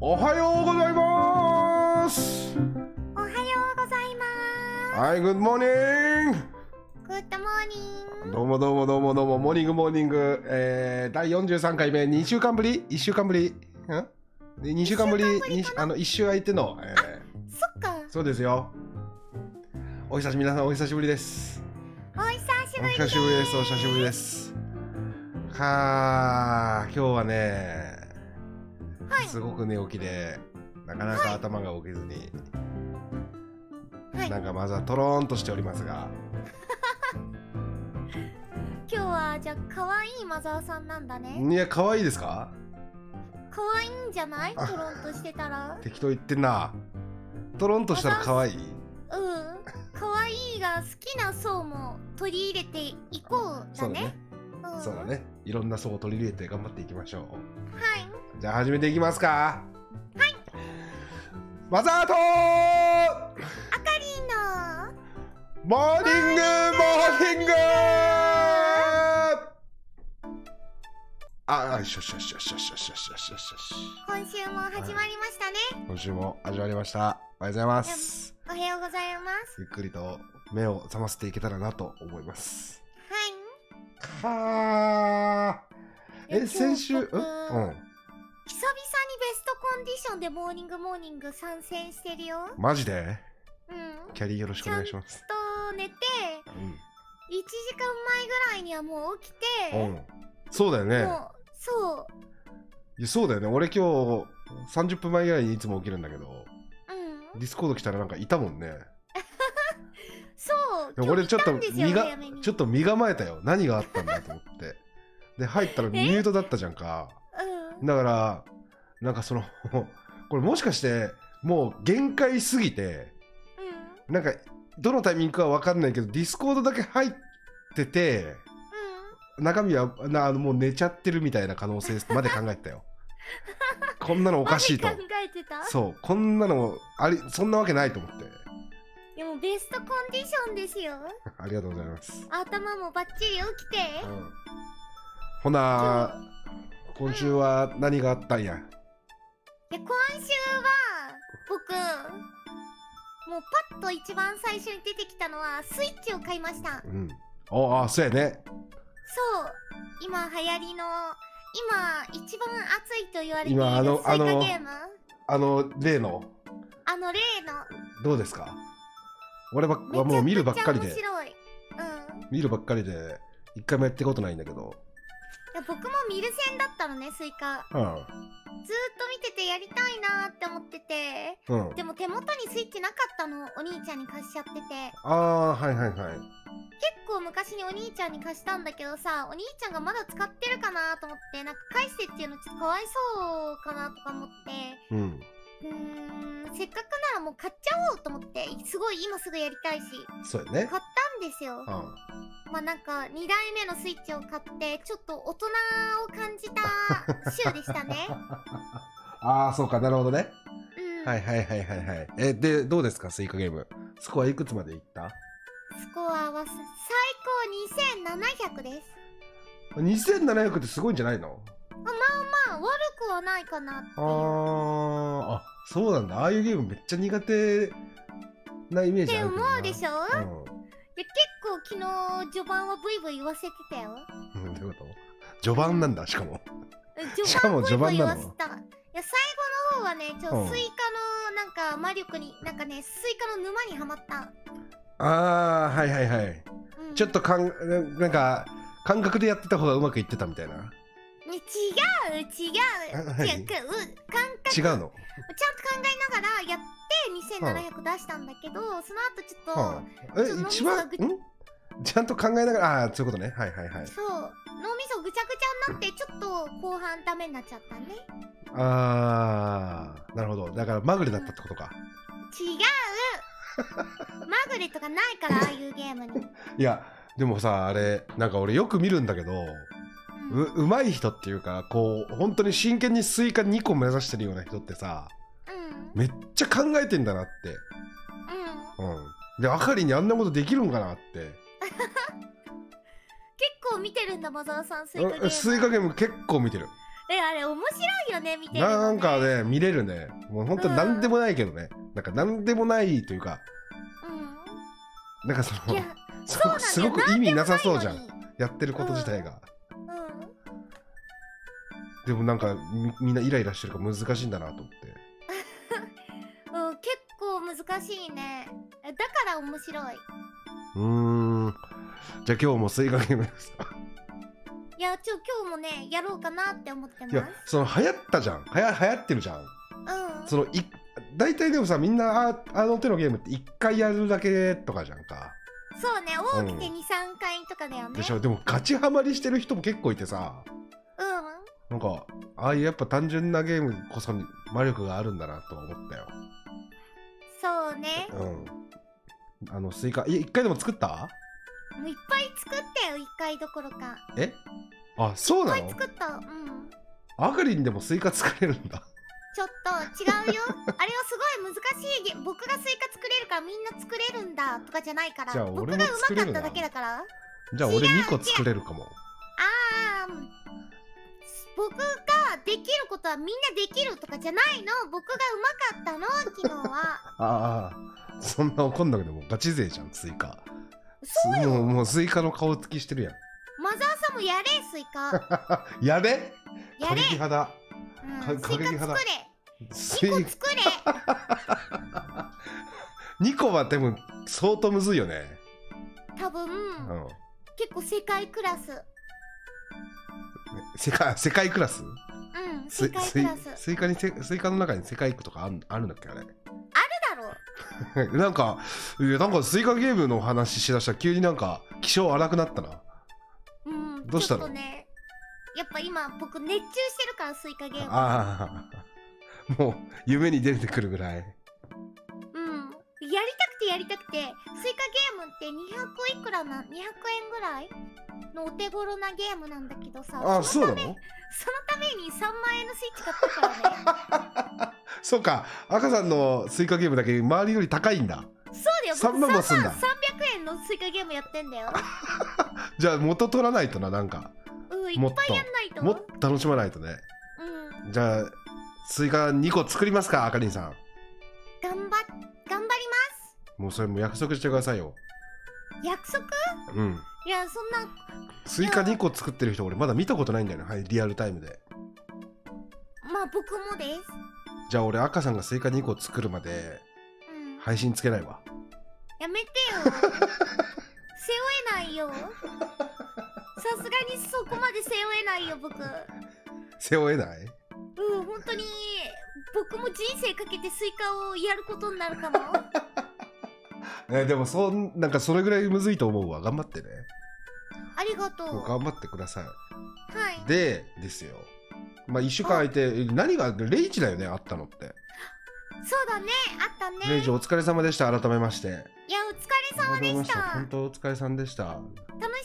おはようございますおはようございまはい Good morning す。グッドモーニング。どうもどうもどうもどうもモーニングモーニング、えー、第43回目2週間ぶり1週間ぶりん2週間ぶり一週間ぶりにかなあの1週空いての、えそっかー、、そうですよお久し皆さんお久しぶりですお久しおぶりで久す。しぶりですお久しぶりですはあ今日はね、はいすごく寝起きでなかなか頭が起きずに、はい、な今んかまずはとろーんとしておりますが日はじゃあ可愛いマザーさんなんだね。いや可愛いですか可愛いんじゃない？トロンとしてたら。適当言ってんなとろんとしたら可愛いうん。可愛いが好きな層も取り入れていこうそだうだねね。んそうだ。ねいろんな層を取り入れて頑張っていきましょはい。うじゃあ始めていきますかはいマザートーあかりんの。モーニングモーニングあよしよしよしよしよしよしよしよしよしよし今週も始まりましたね。今週も始まりましたおはようございますおはようございます。ゆっくりと目を覚ませていけたらなと思いますはい。はあ。いえ、や先週、今うん、日う僕ん、久々にベストコンディションでモーニングモーニング参戦してるよ。マジで、うん。キャリーよろしくお願いしまずす。っと寝て1時間前ぐらいにはもう起うきてん、うん、そうだよね。もうそういやそうだよね。俺今日三十分前ぐらいにいつも起きるんだけど、うんディスコード来たらなんかいたもんね。そうで俺ちょっと今日来たんですよ身が早めにちょっと身構えたよ。何があったんだと思って。で入ったらミュートだったじゃんか。うんだからなんかその これもしかしてもう限界すぎて。うんなんかどのタイミングかは分かんないけどディスコードだけ入ってて中身はなあのもう寝ちゃってるみたいな可能性まで考えてたよこんなのおおかしいと考えてたそうこんなのありそんなわけないと思ってでもベストコンディションですよありがとうございます、頭もバッチリ起きてうんほな今週は何があったんやで今週は僕もうパッと一番最初に出てきたのはスイッチを買いましたうんああそうやねそう今流行りの今一番熱いと言われているスイ今あカゲのームあの例のあの例のどうですか俺ばっめちゃはもう見るばっかりくでちゃ面白いうんい見るばっかりで一回もやってことないんだけどや僕も見る線だったのねスイカうんずーっと見ててやりたいなーって思っててうんでも手元にスイッチなかったのお兄ちゃんに貸しちゃっててああはいはいはい結構昔にお兄ちゃんに貸したんだけどさお兄ちゃんがまだ使ってるかなーと思ってなんか返してっていうのちょっとかわいそうかなとか思っうてんうーんせっかくならもう買っちゃおうと思ってすごい今すぐやりたいしそうやね買ったんですようんまあなんか2台目のスイッチを買ってちょっと大人を感じ た週でしたねああそうかなるほどね、うん、はいはいはいはいはいえでどうですかスイカゲームスコアいくつまでいったスコアは最高2700です ?2700 ってすごいんじゃないのまあ悪くはないかなってあーいうあそうなんだああいうゲームめっちゃ苦手なイメーっジてある思けどなうでしょ、で結構昨日序盤はブイブイ言わせてたようんうんどういうこと序盤なんだしかも序しかも序盤言なわのせたいや最後の方はねちょうんスイカのなんか魔力になんかねスイカの沼にはまった、ああはいはいはいうんちょっとかんななんか感覚でやってた方がうまくいってたみたいなね違う違うあ違う感覚違うのちゃんと考えながらやって2700出したんだけど、その後ちょっと、はあ、ちょっえと一番脳みそがんちゃんと考えながらああーそういうことねはいはいはいそう脳みそぐちゃぐちゃになってちょっと後半ダメになっちゃったねああなるほどだからまぐれだったってことか 違うまぐれとかないからああいうゲームに、いやでもさあれなんか俺よく見るんだけどうん、ううまい人っていうかこう本当に真剣にスイカ2個目指してるような人ってさうんめっちゃ考えてんだなってうんうんであかりにあんなことできるんかなって結構見てるんだマザーさんスイカゲームうんスイカゲーム結構見てるえ、あれ面白いよね、見てるの、なんかね、見れるね。もう本当うんなんでもないけどね。なんかなんでもないというか、なんかそうん。いのや、、すそうごなんだよくすごく意味なさそうじゃなんんで。もやってること自体が。ないのに。うん。でもなんかみみんなイライラしてるから難しいんだなと思って。うん、結構難しいね。だから面白い。うーん。じゃあ今日も水管ゲームです。いや、ちょ、今日もね、やろうかなって思ってます。いや、その流行ったじゃん。はや流行ってるじゃん。うん。そのい大体でもさ、みんなああの手のゲームって一回やるだけとかじゃんか。そうね、多くてう2、3回とかだよね。でしょでもガチハマりしてる人も結構いてさ。うなん。んかああいうやっぱ単純なゲームこそに魔力があるんだなとは思ったよ。そうね。うん。あのスイカい一回でも作った？もういっぱい作ったよ、1回どころか。え？あそういっぱないの？作った。うん。アガリンでもスイカ作れるんだ。ちょっと違 うよ。あれはすごい難しいゲ。僕がスイカ作れるからみんな作れるんだとかじゃないから。じゃあ僕俺もが上作手れかるっなただけだから。じゃあ俺二個作れるかも。あーうん僕ができることはみんなできるとかじゃないの僕がうまかったの昨日はあああそんな怒んなくてもガチ勢じゃんスイカ。そうもうよもうスイカの顔つきしてるやマザーさんもやれスイカ ん。やれ？や過れ、激派だ。うん、ス過イ激カ派だ作れス2イ個作れ二個はでも相当むずいよね。多分うん。結構世界クラス世界世界クラス？うんす世界クラスすいスイカにせスイカの中に世界区とかあんあるんだっけあれ だろうなんかいやなんかスイカゲームの話しだしたら急になんか気性荒くなったなうんどうしたのちょっとねやっぱ今僕熱中してるからスイカゲームああもう夢に出てくるぐらいうんやりたくてやりたくてスイカゲームって200いくらな200円ぐらいのお手頃なゲームなんだけどさああそそうなののために3万円のスイッチ買ったからね そうか赤さんのスイカゲームだけ周りより高いんだそうだよ3万もすんだ300円のスイカゲームやってんだよじゃあ元取らないとななんかうんいもっっぱいとやんないともっと楽しまないとねうんじゃあスイカ2個作りますかあかりんさ頑張っ頑張りんもうそれも約束してくださいよます約束うんいやそんなスイカ2個作ってる人俺まだ見たことないんだよねはいリアルタイムでまあ僕もですじゃあ俺赤さんがスイカ2個作るまでうん配信つけないわやめて よ背負えないよさすがにそこまで背負えないよ僕う背負えないん本当に僕も人生かけてスイカをやることになる かもえでもそんなんかそれぐらいむずいと思うわ頑張ってねありがとうもうは頑張ってくださいいでですよまあ1週間空いてえ何がレイジだよねあったのってそうだねあったレイねジお疲れ様でした改めましていやお疲れ様でした本当お疲れさんでした楽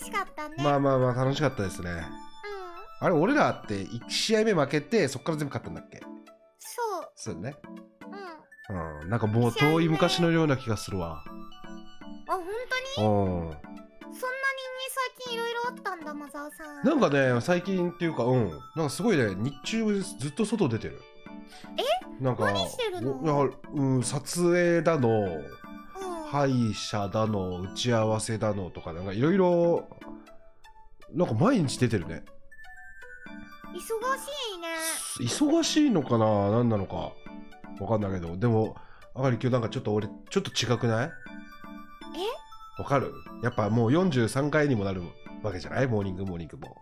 しかったね、まあまあまあ楽しかったですねうんあれ俺らって1試合目負けてそっから全部勝ったんだっけそうそうねうんあうんなんかもう遠い昔のような気がするわ本当にうんそんなにね最近いろいろあったんだマザーさんなんかね最近っていうかうんなんかすごいね日中ずっと外出てるえなんか何してるのおいやうん撮影だのうん、歯医者だの打ち合わせだのとかなんかいろいろなんか毎日出てるね忙しいね忙しいのかな何なのかわかんないけどでもあかり今日なんかちょっと俺ちょっと違くないえわかるやっぱもう43回にもなるわけじゃないモーニングモーニングも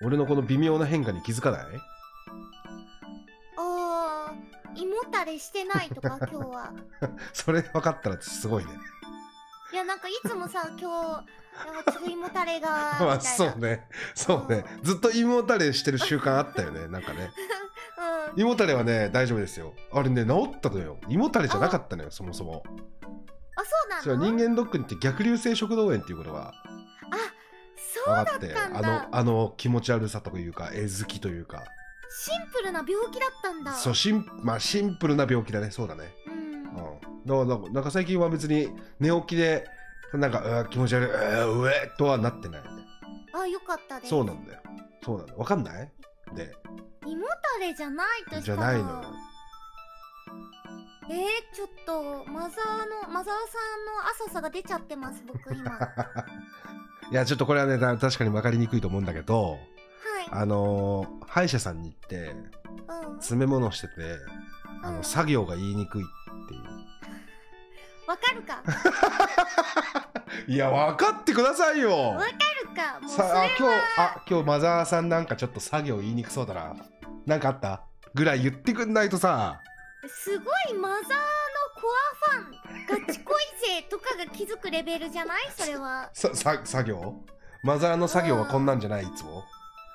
うん俺のこの微妙な変化に気づかないあー胃もたれしてない とか今日はそれ分かったらすごいね。いやなんかいつもさ今日なんかちょっと胃もたれがみた いまなあそうね。そうね。ずっと胃もたれしてる習慣あったよね。なんかね。うん胃もたれはね、大丈夫ですよ。あれね、治ったのよ。胃もたれじゃなかったのよ、そもそも。あそそううなの人間ドックに行って逆流性食道炎っていうことがあそう分かって、そうだったあんだの、あの気持ち悪さというか、えずきというか、シンプルな病気だったんだそうシン,、まあ、シンプルな病気だね。そうだね。うんうん。だからなんかなんか最近は別に寝起きで、なんか、うわ気持ち悪い、うわうえとはなってない。あよかったですそうなんだよそうなんだわかんないで 胃もたれじゃないとしたらじゃないのよえー、ちょっとマザーのマザーさんの浅さが出ちゃってます 僕今はいやちょっとこれはねた確かに分かりにくいと思うんだけどあのー歯医者さんに行っていうん詰め物しててあうのん作業が言いにくいっていわかるかわかう いや分かってくださいよる かもうそれさあは今日あ今日マザーさんなんかちょっと作業言いにくそうだななんかあったぐらい言ってくんないとさすごいマザーのコアファンガチ恋勢とかが気づくレベルじゃな いそれはささ作業マザーの作業はこんなんじゃないいつも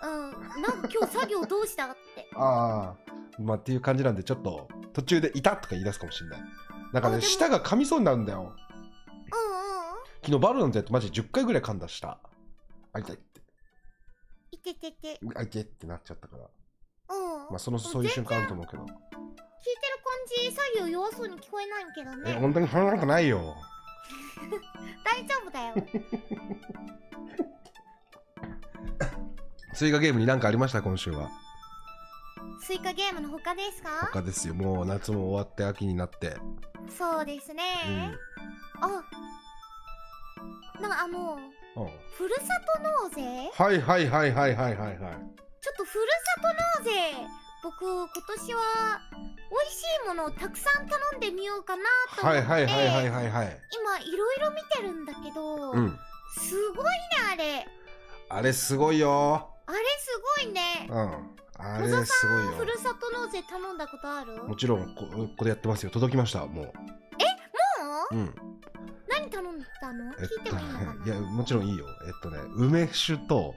うんなんか今日作業どうしたってああまあっていう感じなんでちょっと途中で「いた」とか言い出すかもしれないなんかあねでも舌が噛みそうになるんだようんうんうん昨日バルなんてやってマジ10回ぐらい噛んだ舌あ痛いっていてててあ痛いってなっちゃったからうんまあそのそういう瞬間あると思うけど聞いてる感じ作業弱そうに聞こえないけどえね本当にそんなことないよ大丈夫だ よ追加ゲームになんかありました今週はスイカゲームの他ですか他ですよもう夏も終わって秋になってそうですね、あなんかあのうん、うんふるさと納税はいはいはいはいはいはいはいちょっとふるさと納税僕今年は美味しいものをたくさん頼んでみようかなと思はっいて、はいはいはいはいはい今いろいろ見てるんだけど、うんすごいねあれあれすごいよあれすごいねうんあれすごいよふるさと納税頼んだことあるももうちろんこここでやってますよ届きましたもううん何頼んだの聞えっいてともいいのかな、ねいやもちろんいいよえっとね梅酒と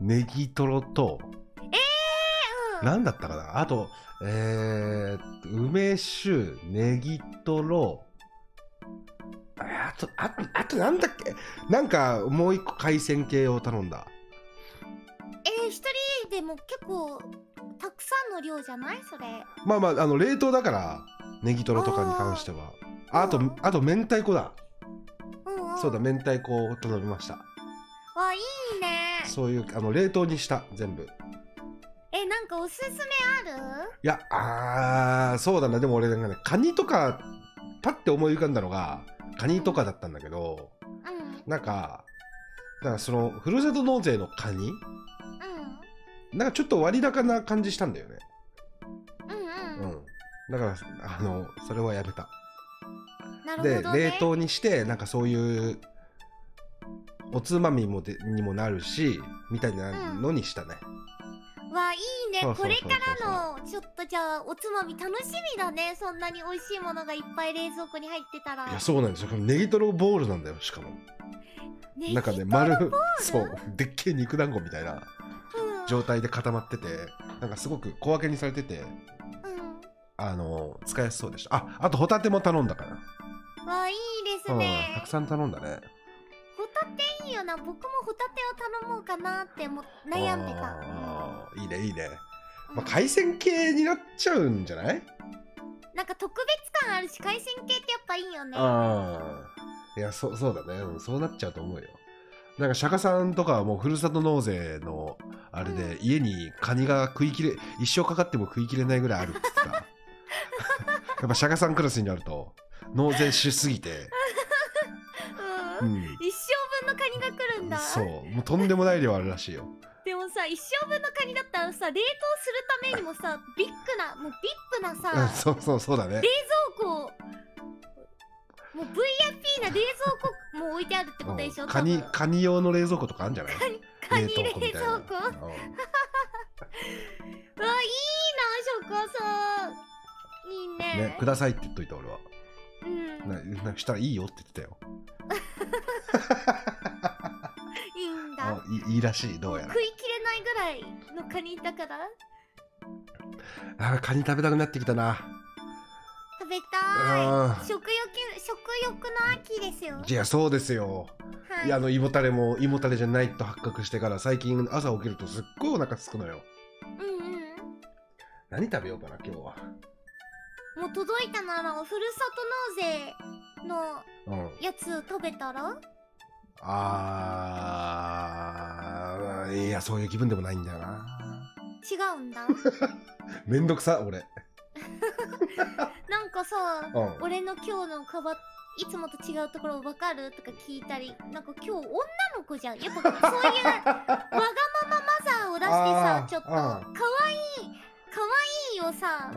うんネギトロとうん何だったかなあとえーっと梅酒ネギトロああとあとあとなんだっけなんかもう一個海鮮系を頼んだえー、一人でも結構たくさんの量じゃないそれまあまああの冷凍だからネギトロとかに関してはあとうんあと明太子だうん、うん、そうだ明太子を頼みましたわいいねそういうあの冷凍にした全部いえなんかおすすめあるやあーそうだなでも俺なんかねカニとかパッて思い浮かんだのがカニとかだったんだけどうんなんかなんかそのふるさと納税のカニなんかちょっと割高な感じしたんだよねうんうんううん、んだからあのそれはやめたなるでほどね冷凍にしてなんかそういうおつまみもでにもなるしみたいなのにしたね、わいいねそうそうそこうれそうからのちょっとじゃあおつまみ楽しみだねそんなに美味しいものがいっぱい冷蔵庫に入ってたらいやそうなんですよこのネギトロボールなんだよしかもねなんかきねっと丸そうでっけえ肉団子みたいなうん状態で固まっててなんかすごく小分けにされててうんあの使いやすそうでしたああとホタテも頼んだからわいいですうんねたくさん頼んだねホタテいいよな僕もホタテを頼もうかなっても悩んでた、あーいいねいいね、うんまあ、海鮮系になっちゃうんじゃないなんか特別感あるし海鮮系ってやっぱいいよねああいやそそうだね、うんそうなっちゃうと思うよなんか釈迦さんとかはもうふるさと納税のあれうで家にカニが食い切れ一生かかっても食い切れないぐらいあるって言 ってたやっぱ釈迦さんクラスになると納税しすぎ て、ううんん、一生分のカニが来るんだそうもうとんでもない量あるらしいよでもさ一生分のカニだったらさ冷凍するためにもさビッグなもうビッグなうんさ そうそうそうだね冷蔵庫もう VIP な冷蔵庫も置いてあるってことでしょ、うん多カニ分カニ用の冷蔵庫とかあるんじゃないカニ冷凍庫みたいな蔵庫わいいなうん食感さんいいねね、くださいって言っといた俺は。うんななしたらいいよって言ってたよ。いいんだあいいいらしい、どうやら食。いきれないぐらいのカニだからあーカニ食べたくなってきたな。食べあたーい食欲食欲の秋ですよいや、そうですよ。はいいや、あの、胃もたれも胃もたれじゃないと発覚してから、最近朝起きるとすっごいお腹すくのよ。うんうん何食べようかな、今日は。もう届いたならふるさと納税のうん。やつ食べたらあーいやそういう気分でもないんだよな違う んだめんどくさ俺なんかさうん 俺の今日のカバいつもと違うところ分かるとか聞いたりなんか今日女の子じゃんやっぱそういうわがままマザーを出し てあーさちょっとうんかわいいかわいいをさ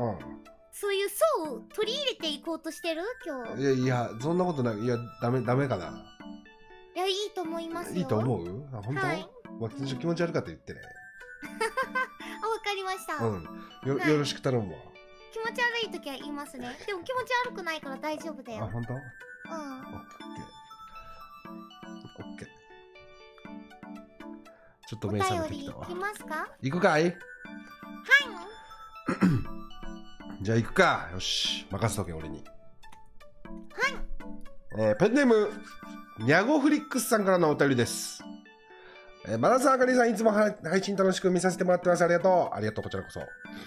そういう層を取り入れていこうとしてる今うん日いやいやそんなことないいやダメダメかないやいいと思いますよいいとう思うあ本当、はいまあ、気持ち悪かったら言ってねあ分かりました、うんよ,、はいよろしく頼むわ気持ち悪い時は言いますねでも気持ち悪くないから大丈夫だあよ本当オッうんケーオッケーちょっとお目覚めて便きりたわ来ますかはい行くかいじゃあ行くかよし任せとけ俺にはい、えーペンネームニャゴフリックスさんからのお便りですえー、マナさん、あかりさん、いつもは配信楽しく見させてもらってます。ありがとう。ありがとう、こちらこそ。あ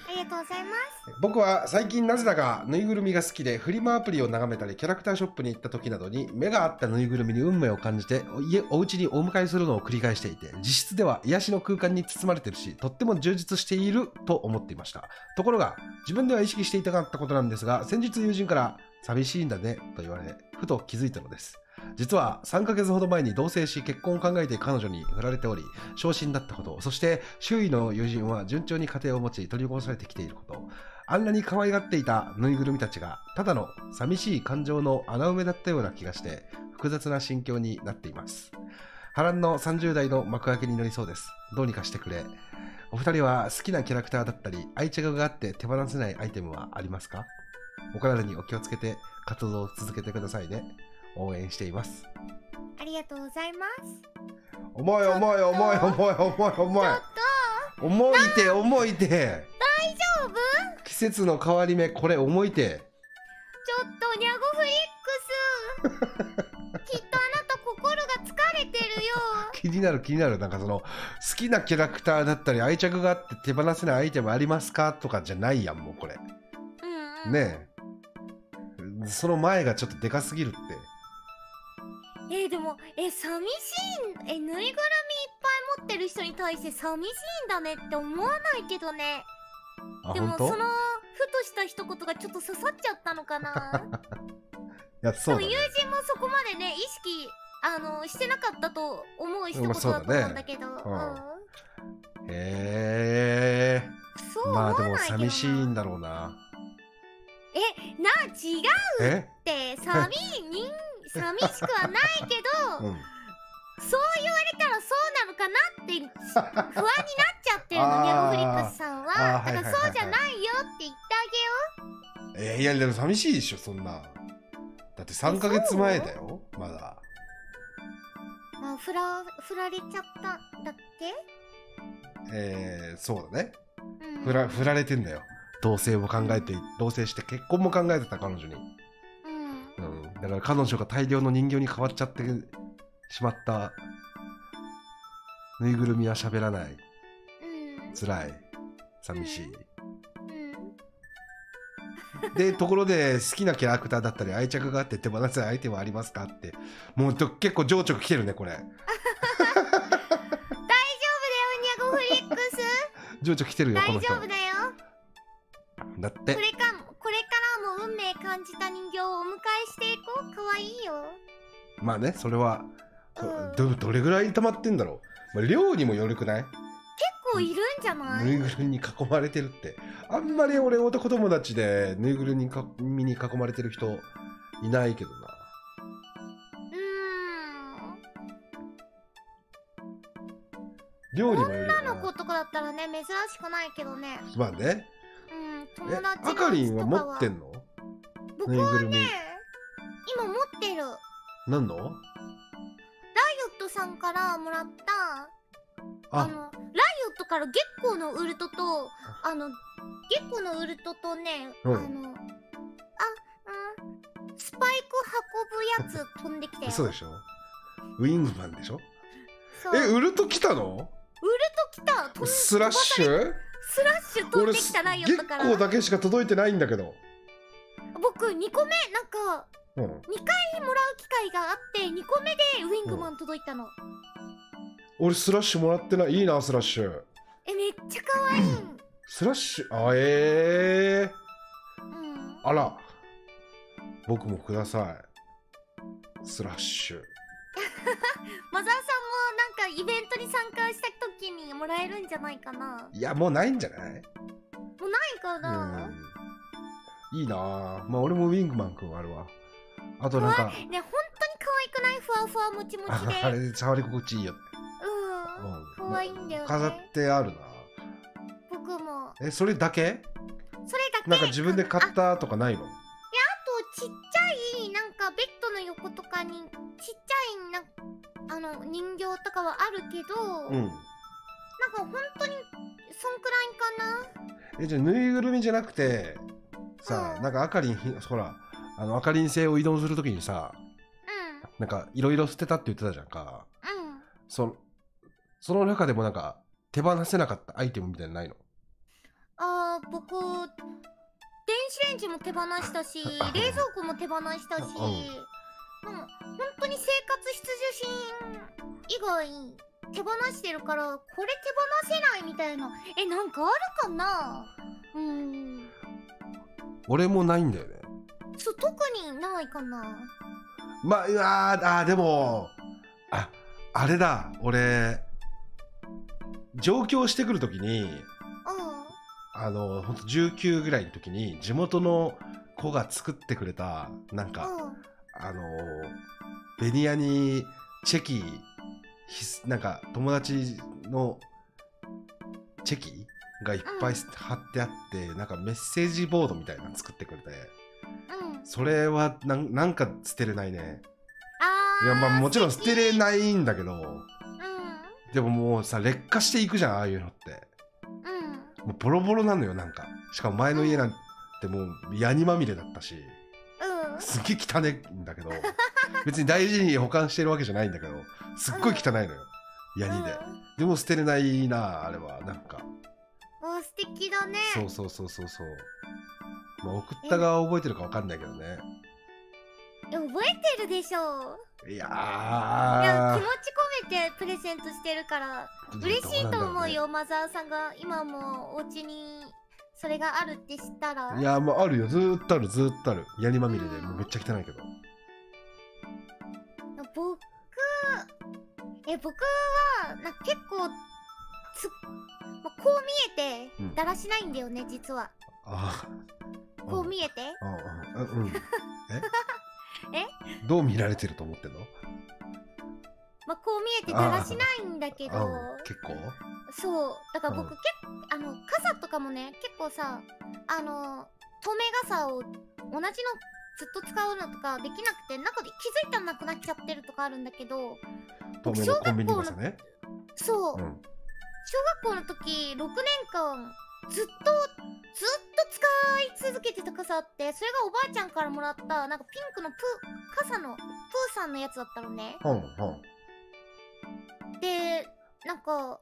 りがとうございます僕は最近なぜだかぬいぐるみが好きでフリマアプリを眺めたりキャラクターショップに行った時などに目が合ったぬいぐるみに運命を感じてお家お家にお迎えするのを繰り返していて実質では癒しの空間に包まれてるしとっても充実していると思っていましたところが自分では意識していたかったことなんですが先日友人から寂しいんだねと言われふと気づいたのです実は3ヶ月ほど前に同棲し結婚を考えている彼女に振られており昇進だったことそして周囲の友人は順調に家庭を持ち取り残されてきていることあんなに可愛がっていたぬいぐるみたちがただの寂しい感情の穴埋めだったような気がして複雑な心境になっています波乱の30代の幕開けになりそうですどうにかしてくれお二人は好きなキャラクターだったり愛着があって手放せないアイテムはありますかお体にお気をつけて活動を続けてくださいね応援していますありがとうございます重い重い重い重い重い重いちょっと重いて重いて大丈夫季節の変わり目これ重いてちょっとニャゴフリッ クスきっとあなた心が疲れてるよ気になる気になるなんかその好きなキャラクターだったり愛着があって手放せないアイテムありますかとかじゃないやんもうこれうん、うん、ねえその前がちょっとでかすぎるってえーでもえー寂しいんえーぬいぐるみいっぱい持ってる人に対して寂しいんだねって思わないけどねあでも本そ当のいふとした一言がちょっと刺さっちゃったの かなやでそうもだ友ね人もそこまでね意識あのしてなかったと思う一ま言あだとそう思だうねんだけど、うんうんへえそう思まあわでないけどもな、寂しいんだろうなえな違うえって寂い人 寂しくはないけど、うんそう言われたらそうなのかなって不安になっちゃってるのニャゴフリックスさんはあーあーだはかいはいらはいはいそうじゃないよって言ってえーいやでも寂しいでしょそんなだって3ヶ月前だよまだあげよう、まあ、振ら振られちゃったんだっけ、えー、そうだねうん、振ら振られてんだよ同棲も考えて同棲して結婚も考えてた彼女にうんうん、だから彼女が大量の人形に変わっちゃってしまったぬいぐるみは喋らないうん辛い寂しい、うんでところで好きなキャラクターだったり愛着があって手放せない相手はありますかってもうちょ結構情緒来てるねこれ大丈夫だよニャゴフリックス情緒来てるよこ大の人丈夫だよだってこれかもこれからも運命感じた人形をお迎えしていこうかわいいよまあねそれはうんどどれぐらい溜まってんだろう、まあ、量にもよるくない結構いるんじゃない、ぬいぐるみに囲まれてるってあんまり俺男友達でぬいぐるみにかみに囲まれてる人いないけどなうーん料理もよるよ女なの子とかだったらね珍しくないけどねまあねうんえ友達のあかりんは持ってのんの僕ぬいはぐるみね今持ってるダイオ何のットさんからもらったああのライオットから月光のウルトとあの月光のウルトとね、うんあのあうんスパイク運ぶやつ飛んできたよ嘘でしょウィングマンでしょそうえウルウルト来たのト来た飛んスラッシュスラッシュ飛ん俺できすたライオッ月トから光だけしか届いてないんだけど僕2個目なんかうん、もらう機会があって2個目でウィングマン届いたの、俺スラッシュもらってないいいなスラッシュえめっちゃ可愛いんうんスラッシュあええあら僕もくださいスラッシュマザーさんもなんかイベントに参加した時にもらえるんじゃないかないやもうないんじゃないいかな、うんいいなあまあ俺もウィングマンくんあるわあとなんかね本当に可愛くないふわふわもちもちあで あれ触り心地いいよ、うんうん、可愛いんだよね飾ってあるな僕もえそれだけそれだけなんか自分で買あったとかないのあとちっちゃいなんかベッドの横とかにちっちゃいなんあの人形とかはあるけど、うなんかん本当にそんくらいかなえじゃあぬいぐるみじゃなくてさ、うんなんかあかりんひほらあのあかりん性を移動するときにさなんかいろいろ捨てたって言ってたじゃんかうんうんそのその中でもなんか手放せなかったアイテムみたいなのないのあー僕電子レンジも手放し たし冷蔵庫も手放したし、うんもう本当に生活必需品以外手放してるからこれ手放せないみたいなえなんかあるかなうーん俺もないんだよねそう特にないかなまあうわーあーでもああれだ俺上京してくるときにうあのほんと19ぐらいの時に地元の子が作ってくれたなんか、んうんあのベニヤにチェキひすなんか友達のチェキがいっぱい貼ってあって、なんかメッセージボードみたいなの作ってくれてうんそれはなんなんか捨てれないねあーいやまあもちろん捨てれいないんだけどうでももうさ劣化していくじゃんああいうのってんうんもうボロボロなのよなんかしかも前の家なんてもうヤニまみれだったしうんすっげえ汚ねんだけど別に大事に保管してるわけじゃないんだけどすっごい汚いのよヤニでうんでも捨てれないなあれはなんかわー素敵だねそうそうそうそうそうまあ送った側覚えてるかわかんないけどねいや覚えてるでしょいいやや気持ち込めてプレゼントしてるからー嬉しどいとなんだ思ろうねよマザーさんが今もお家にそれがあるって知ったらいやまああるよずーっとあるずーっとあるヤニまみれでもうめっちゃ汚いけど僕え僕はなんか結構つ、まあこう見えてうんだらしないんだよね、実はああこう見えてああうんえ えどう見られてると思ってんのまあこう見えてだらしないんだけどうん結構そうだから僕うん結あの傘とかもね結構さあの透明傘を同じのずっと使うのとかできなくて中で気づいたらなくなっちゃってるとかあるんだけど透僕明小のコンビニ学校の傘ねそう、うん小学校の時6年間ずっとずっと使い続けてた傘あってそれがおばあちゃんからもらったなんかピンクのプー傘のプーさんのやつだったのねうんうんでなんか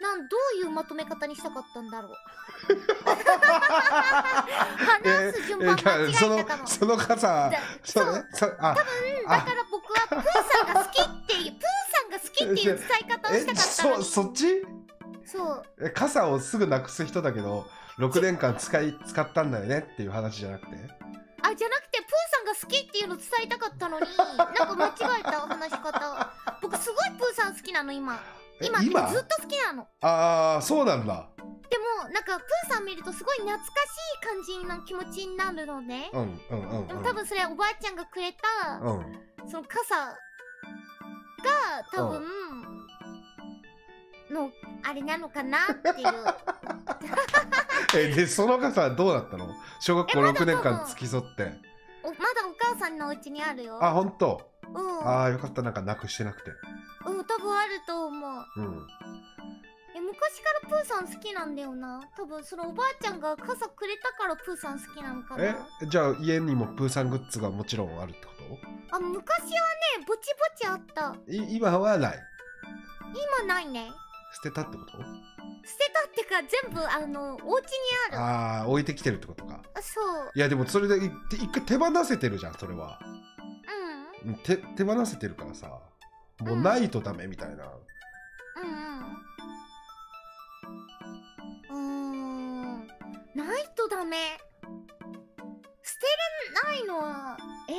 なんどういうまとめ方にしたかったんだろう話す順番間違えそたかものその傘だそそううねそあうんだから僕はプーさんが好きっていうプーさんが好きっていう伝え方をしえたかったのそにそっちそうえ傘をすぐなくす人だけど6年間使い使ったんだよねっていう話じゃなくてあじゃなくてプーさんが好きっていうの伝えたかったのになんか間違えた話し方僕すごいプーさん好きなの今え今今ずっと好きなのああそうなんだでもなんかプーさん見るとすごい懐かしい感じの気持ちになるのねうんうんうんでも多分それはおばあちゃんがくれたうんうんその傘が多分のあれなのかなっていうえでその傘はどうだったの小学校えまだ6年間多分付き添っておまだお母さんのお家にあるよあ本当うんああよかったなんかなくしてなくてうん多分あると思ううんえ昔からプーさん好きなんだよな多分そのおばあちゃんが傘くれたからプーさん好きなのかえなじゃあ家にもプーさんグッズがもちろんあるってこあ昔はねぼちぼちあったとい今はない今ないね捨てたってこと捨てたってか全部あのお家にあるああ置いてきてるってことかそういやでもそれで一一回手放せてるじゃんそれはううん手手放せてるからさもうないとダメみたいな、んうんうんうーんないとダメ捨てれないのはえー、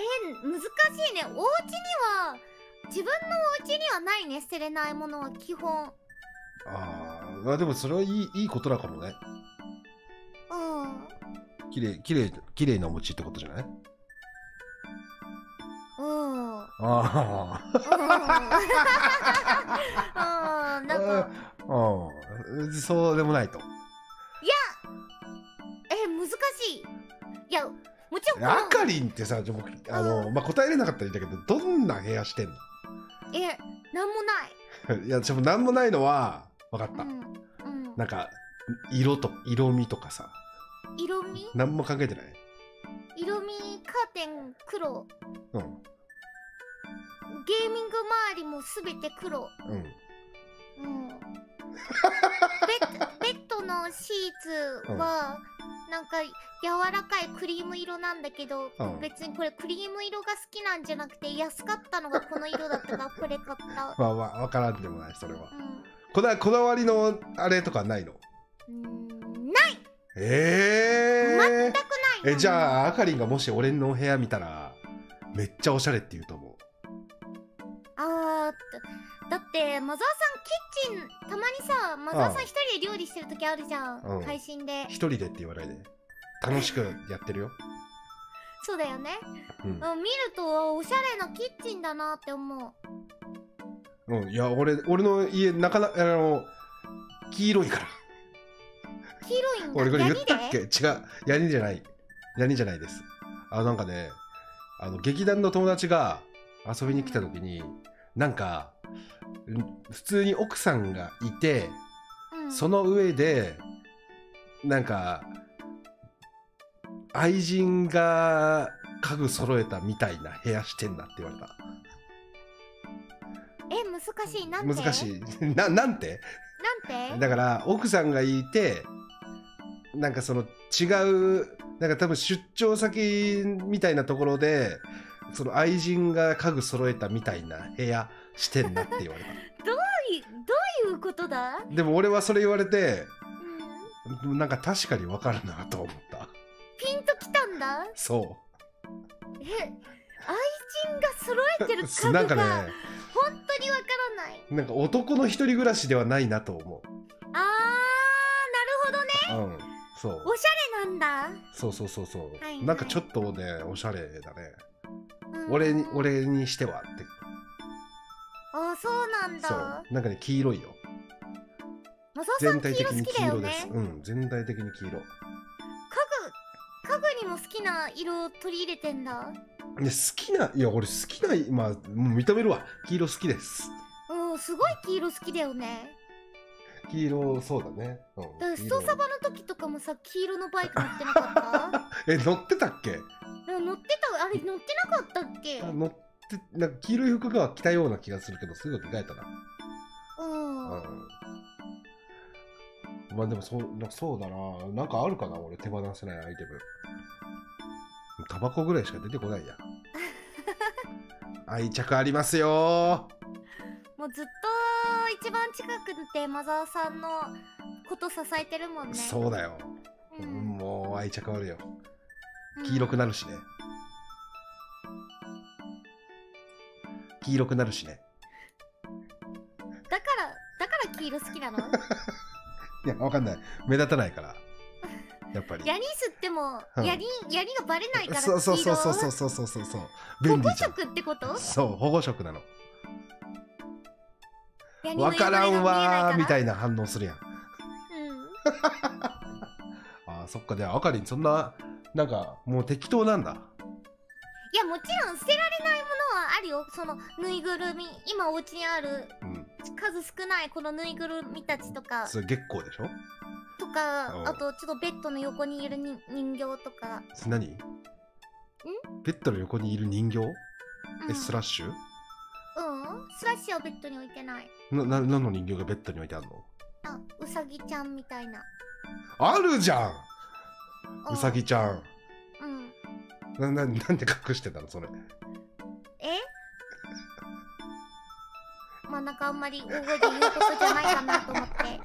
難しいねお家には自分のお家にはないね捨てれないものは基本あーまあでもそれはいいいいことだかもねうん綺麗綺麗綺麗なお餅ってことじゃないうんうんあーなんかあーそうでもないとえ難しいいやもちろんこのあかりんってさでもあの、まあ、答えれなかったらいいんだけどどんな部屋してんの えなんもないいやでも何もないのは分かった、うんうんなんか色と色味とかさ色味何も考えてない色味カーテン黒うんゲーミング周りもすべて黒うんうんベッベッド のシーツはなんか柔らかいクリーム色なんだけど、うん別にこれクリーム色が好きなんじゃなくて安かったのがこの色だったからこれ買ったまあまあ分からんでもないそれはうんこだこだわりのあれとかないのうんないええ全くないえじあゃああかりんがもし俺の部屋見たらめっちゃおしゃれって言うと思あーっとだってマザーさんキッチンたまにさマザーさん一人で料理してる時あるじゃん、うん配信でう一人でって言わないで楽しくやってるよ、そうだよね、うんうん見るとおしゃれなキッチンだなって思ううん、いや俺俺の家なかなかあの黄色いから黄色いんだ俺これヤ言ニったっけで違うヤニじゃないヤニじゃないですあなんかねあの劇団の友達が遊びに来た時になんかうん普通に奥さんがいてうん、その上でなんか愛人が家具揃えたみたいな部屋してんなって言われたえ難しいなんて難しい ななんてなんてだから奥さんがいてなんかその違うなんか多分出張先みたいなところでその愛人が家具揃えたみたいな部屋してんなって言われ たどういどういうことだ、でも俺はそれ言われてうん、なんか確かに分かるなと思ったピンときたんだそえ愛人が揃えてる家う なん具かがね本当にわからないなんか男の一人暮らしではないなと思あーなるほどねううんそうおしゃれなんだ、そうそうそうそう、はいはいなんかちょっとねおしゃれだねうん俺に俺にしてはってあそうなんだそうなんかね黄色いよマサオさん全黄体的色好にきだ黄よ色ねです。うん、全体的に黄色。家具家具にも好きな色を取り入れてんだね、好きな、いや、俺好きな、まあ、もう認めるわ。黄色好きです。うんすごい黄色好きだよね黄色、そうだね。うん、だから黄ス色トサバの時とかもさ黄色のバイク乗ってなかっ え、乗ってたっけ。たでも乗ってたあれ乗ってなかったっけうん乗って、なんか黄色い服が着たような気がするけど、すぐ着替えたな。うあん。まあ、でも、そう、なんか、そうだな。なんかあるかな、俺、手放せないアイテム。タバコぐらいしか出てこ ないや。愛着ありますよもうずっと一番近くでマザーさんのこと支えてるもんねそうだよ。ううんんもう愛着あるよ。うん黄色くなるしね。黄色くなるしね。だからだから黄色好 きなのいや、わかんない。目立たないから。やっぱ り。ヤニ吸ってもうんヤニヤニがバレないから黄そう色そうそうそうそうそうそうそうそう。保便護利じゃん。色ってことそう、保護色なの。ヤニのわ汚れがから見えんわーなみいかたらいな反応するやん。うんあーそっか。じゃあ、あかりん、そんな、なんか、もう適当なんだ。いやもちろん捨てられないものはあるよそのぬいぐるみ今お家にあるうん。数少ないこのぬいぐるみたちとかそれ月光でしょとかうんあとちょっとベッドの横にいるに人形とか、それ何ベッドの横にいる人形、うん、え、スラッシュうんスラッシュはベッドに置いてないな、な、何の人形がベッドに置いてあるのあうさぎちゃんみたいなあるじゃうんうさぎちゃんうんなななんで隠してたのそれえまあなんかあんまり大声で言うことじゃないかなと 思って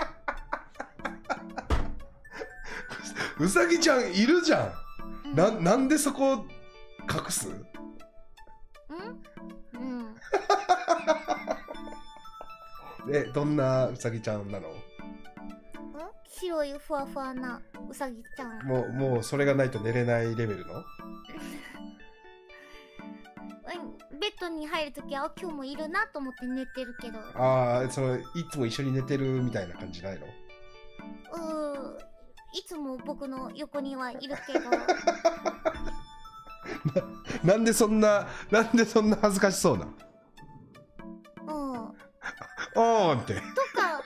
うさぎちゃんいるじゃうんんななんでそこ隠すうん、うん、えどんなうさぎちゃんなの白いふわふわなうさぎちゃんもうもうそれがないと寝れないレベルのうんベッドに入るときはあ今日もいるなと思って寝てるけどうああそのいつも一緒に寝てるみたいな感じないの ーいつも僕の横にはいる けどなんでそんななんでそんな恥ずかしそうなうんおーんってとかある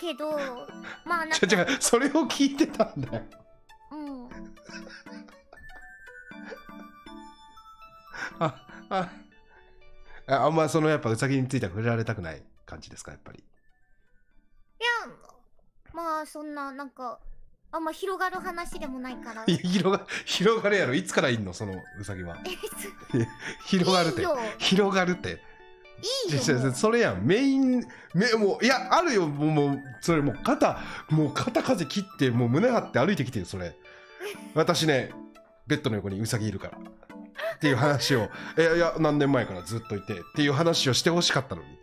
けどま あなんか違う違うそれを聞いてたんだよ うんああああんまそのやっぱウサギについては触れられたくない感じですかやっぱり いやまあそんななんかあんま広がる話でもないから いや広が広がるやろいつからいんのそのウサギは えつ広がるっいていよ広がるっていいよ違う違うもうそれやんメインめもういやあるよもうもうそれもう肩もう肩風切ってもう胸張って歩いてきてるそれ私ねベッドの横にウサギいるからっていう話をいやいや何年前からずっといてっていう話をしてほしかったのに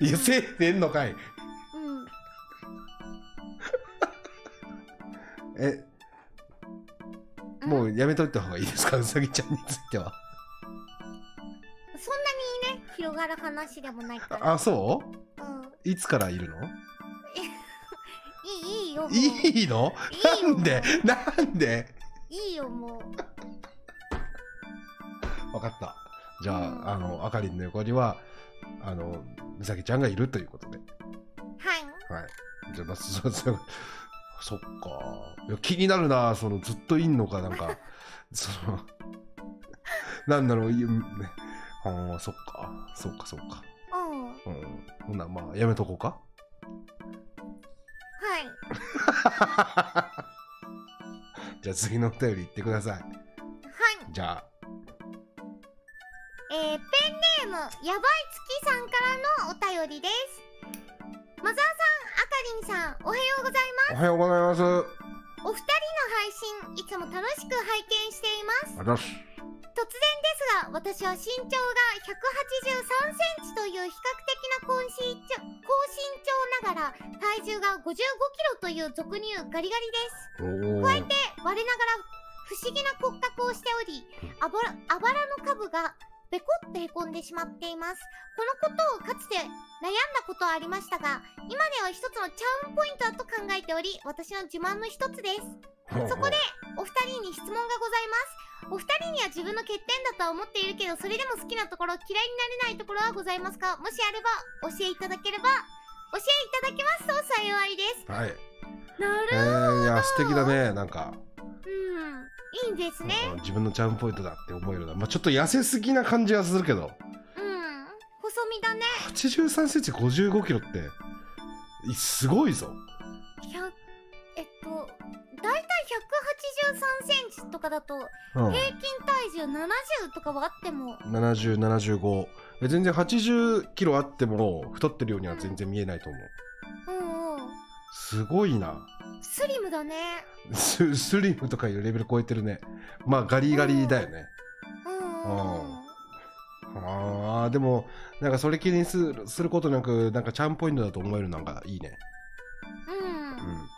いやせえねんのかいうんうんえうんもうやめといた方がいいですか、うさぎちゃんについては。そんなにね広がる話でもないからあ、そうんういつからいるのいいいいよもういいのいいよなんでなんでいいよもうわかった。じゃあ、うんあの、あかりんの横には、あの、うさぎちゃんがいるということで。はいはい。じゃあ、まあ、そそそっか。いや気になるな、その、ずっといんのか、なんか、 その、なんだろう、いうんね。ああ、そっか。そっか、そっか。うんはうん。ほな、まあ、やめとこうか。 いじゃあ、次のお便り行ってください。はいじゃあ、えーペンネームやばい月さんからのお便りですマザーさんあかりんさんおはようございおはようございます。あますお二人の配信いつも楽しく拝見していますざっす。突然ですが私は身長が183センチという比較的な高身長高身長ながら体重が55キロという俗に言うガリガリですおー我ながら不思議な骨格をしておりあばらあばらの下部がべこっとへこんでしまっていますこのことをかつて悩んだことはありましたが今では一つのチャームポイントだと考えており私の自慢の一つですそこでお二人に質問がございますお二人には自分の欠点だとは思っているけどそれでも好きなところ嫌いになれないところはございますかもしあれば教えいただければ教えいただけますと幸いですはい。なえー、いや、素敵だね、なんか。うんいいですねうん自分のチャームポイントだって思えるな。まあ、ちょっと痩せすぎな感じはするけど。うん細身だね83センチ55キロって、いすごいぞ。 100えっと大体183センチとかだとうん。平均体重70とかはあっても70、75。え全然80キロあっても、太ってるようには全然見えないと思う。うんうすごいな。んスリムだねススリムとかいうレベル超えてるね。まあ、ガリガリだよね。うんあああでもなんかそれ気にするすることなくなんかチャームポイントだと思えるなんかいいねうんうん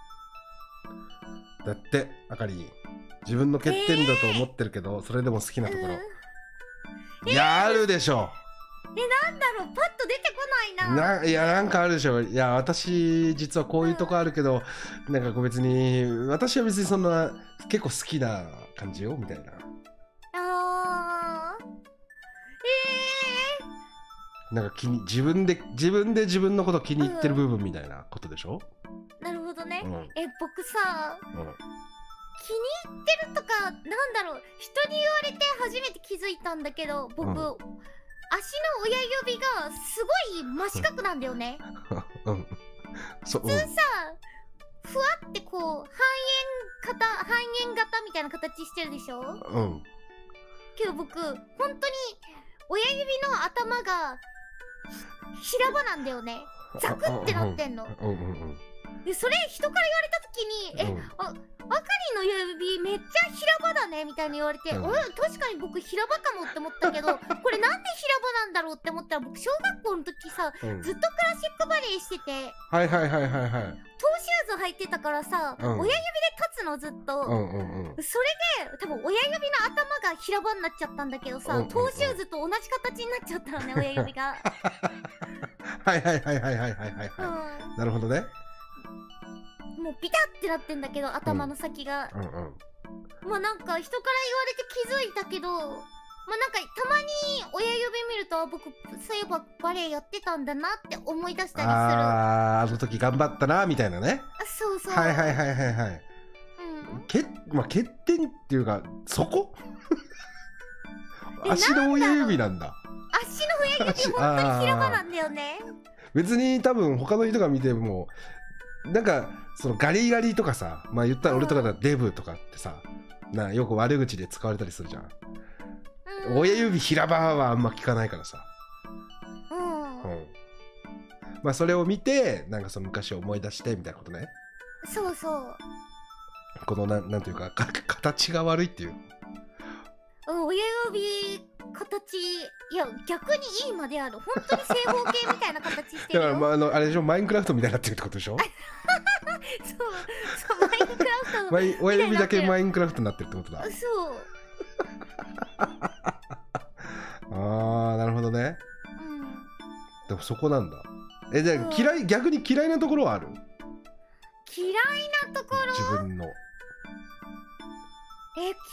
だってあかり自分の欠点だと思ってるけど、それでも好きなところ、いやあるでしょなんだろうパッと出てこないなないやなんかあるでしょいや私実はこういうとこあるけど、なんかこう別に私は別にそんな結構好きな感じよみたいなあーえなんか気に自分で自分で自分のこと気に入ってる部分みたいなことでしょ、ー、なるほどね、うんえ僕さうん気に入ってるとかなんだろう人に言われて初めて気づいたんだけど僕、うんお足の親指がすごい真四角なんだよね。うん。 そう、うん普通さ、ふわってこう、半円型、半円型みたいな形してるでしょうん。けど僕、本当に親指の頭がひ平場なんだよね。ザクってなってんの。うんうんうん。で、それ人から言われた時に、え、うあかりの指めっちゃ平場だねみたいに言われて、うんおい確かに僕平場かもって思ったけど これなんで平場なんだろうって思ったら僕小学校の時さんうんずっとクラシックバレエしててトーはいはいはいはいはい。シューズ履いてたからさ、うん親指で立つのずっと、うん うんうん。それで多分親指の頭が平場になっちゃったんだけどさ、うんうんうんトーシューズと同じ形になっちゃったの ね親指が、。はいはいはいはいはいはいはいうなるほどね。ん、もうビタってなってんだけど頭の先が、うんうん。まあなんか人から言われて気づいたけどまあなんかたまに親指見るとあ僕そういえばバレエやってたんだなって思い出したりするああー、あの時頑張ったな、みたいなね。そうそうはいはいはいはいはい。うんけまあ、欠点っていうか、そこえ足の親指なんだ。足の親指本当に平場なんだよね別に多分他の人が見ても、なんか、そのガリガリとかさ、まあ言ったら俺とかだったらデブとかってさ、なよく悪口で使われたりするじゃん。うん親指平場はあんま聞かないからさ。うん、うん。まあそれを見て、なんかその昔を思い出してみたいなことね。そうそうこのなんなんていうかか形が悪いっていううん親指形いや逆にいいまである本当に正方形みたいな形しだかてるら、よ、まあ、あのあれでしょマインクラフトみたいになってるってことでしょそうそうマインクラフトマイン親指だみけたいになマインクラフトになってるってことだそうああなるほどねうんでもそこなんだえじゃうんあ嫌い逆に嫌いなところはある嫌いなところ自分のえ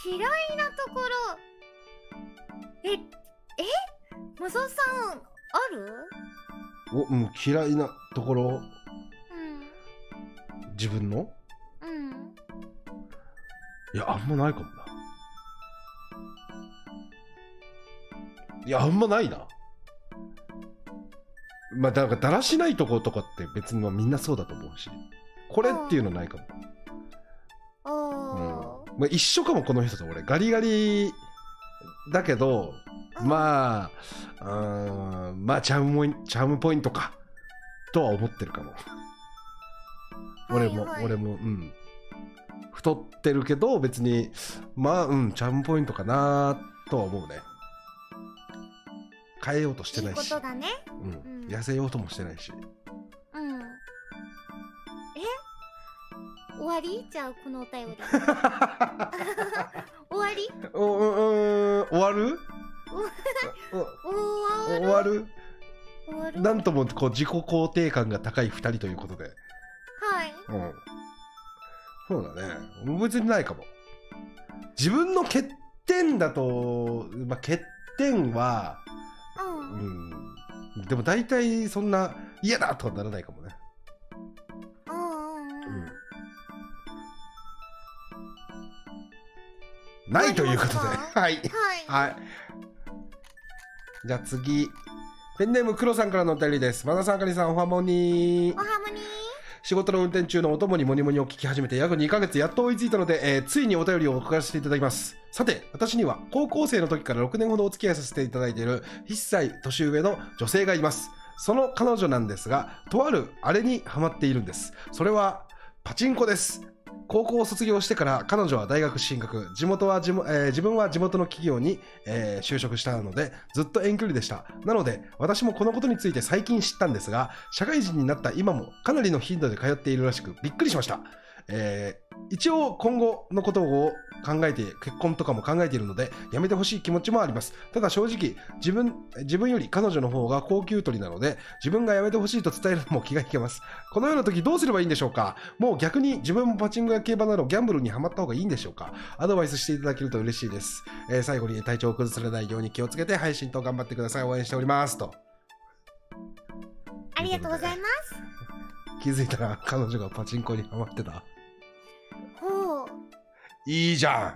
嫌いなところええマサオさんあるおうん嫌いなところ自分のうんうんいやあんまないかもないやあんまないなまあだからだらしないとことかって別にまあみんなそうだと思うしこれっていうのないかもあーまあ、一緒かもこの人と俺ガリガリだけどうんまあうーんまあチャームポインチャームポイントかとは思ってるかも俺も、はいはい俺もうん太ってるけど別にまあうんチャームポイントかなとは思うね変えようとしていないいこしとだねうんうん痩せようともしてないし うんえ終わりじゃあこのお便り終わりううう終わ るおー終わる終わるなんともこう自己肯定感が高い2人ということで、はいうん、そうだね別にないかも自分の欠点だと、まあ、欠点は、ううんん、でも大体そんな嫌だとはならないかもねうんうんうんうんないということで終わりま すはいはいはいじゃあ次ペンネーム黒さんからのお便りです和田さんあかりさんおはもにおハムに仕事の運転中のお供にモニモニを聞き始めて約2ヶ月やっと追いついたので、えーついにお便りをお伺いさせていただきますさて私には高校生の時から6年ほどお付き合いさせていただいている1歳年上の女性がいますその彼女なんですがとあるあれにハマっているんですそれはパチンコです高校を卒業してから彼女は大学進学地元は地元、えー自分は地元の企業に、えー就職したのでずっと遠距離でしたなので私もこのことについて最近知ったんですが社会人になった今もかなりの頻度で通っているらしくびっくりしました、えー一応今後のことを考えて結婚とかも考えているのでやめてほしい気持ちもありますただ正直自分自分より彼女の方が高級取りなので自分がやめてほしいと伝えるのも気が引けますこのような時どうすればいいんでしょうかもう逆に自分もパチンコや競馬などギャンブルにはまった方がいいんでしょうかアドバイスしていただけると嬉しいです、えー最後に体調を崩されないように気をつけて配信と頑張ってください応援しておりますとありがとうございます気づいたら 彼女がパチンコにハマってたほういいじゃ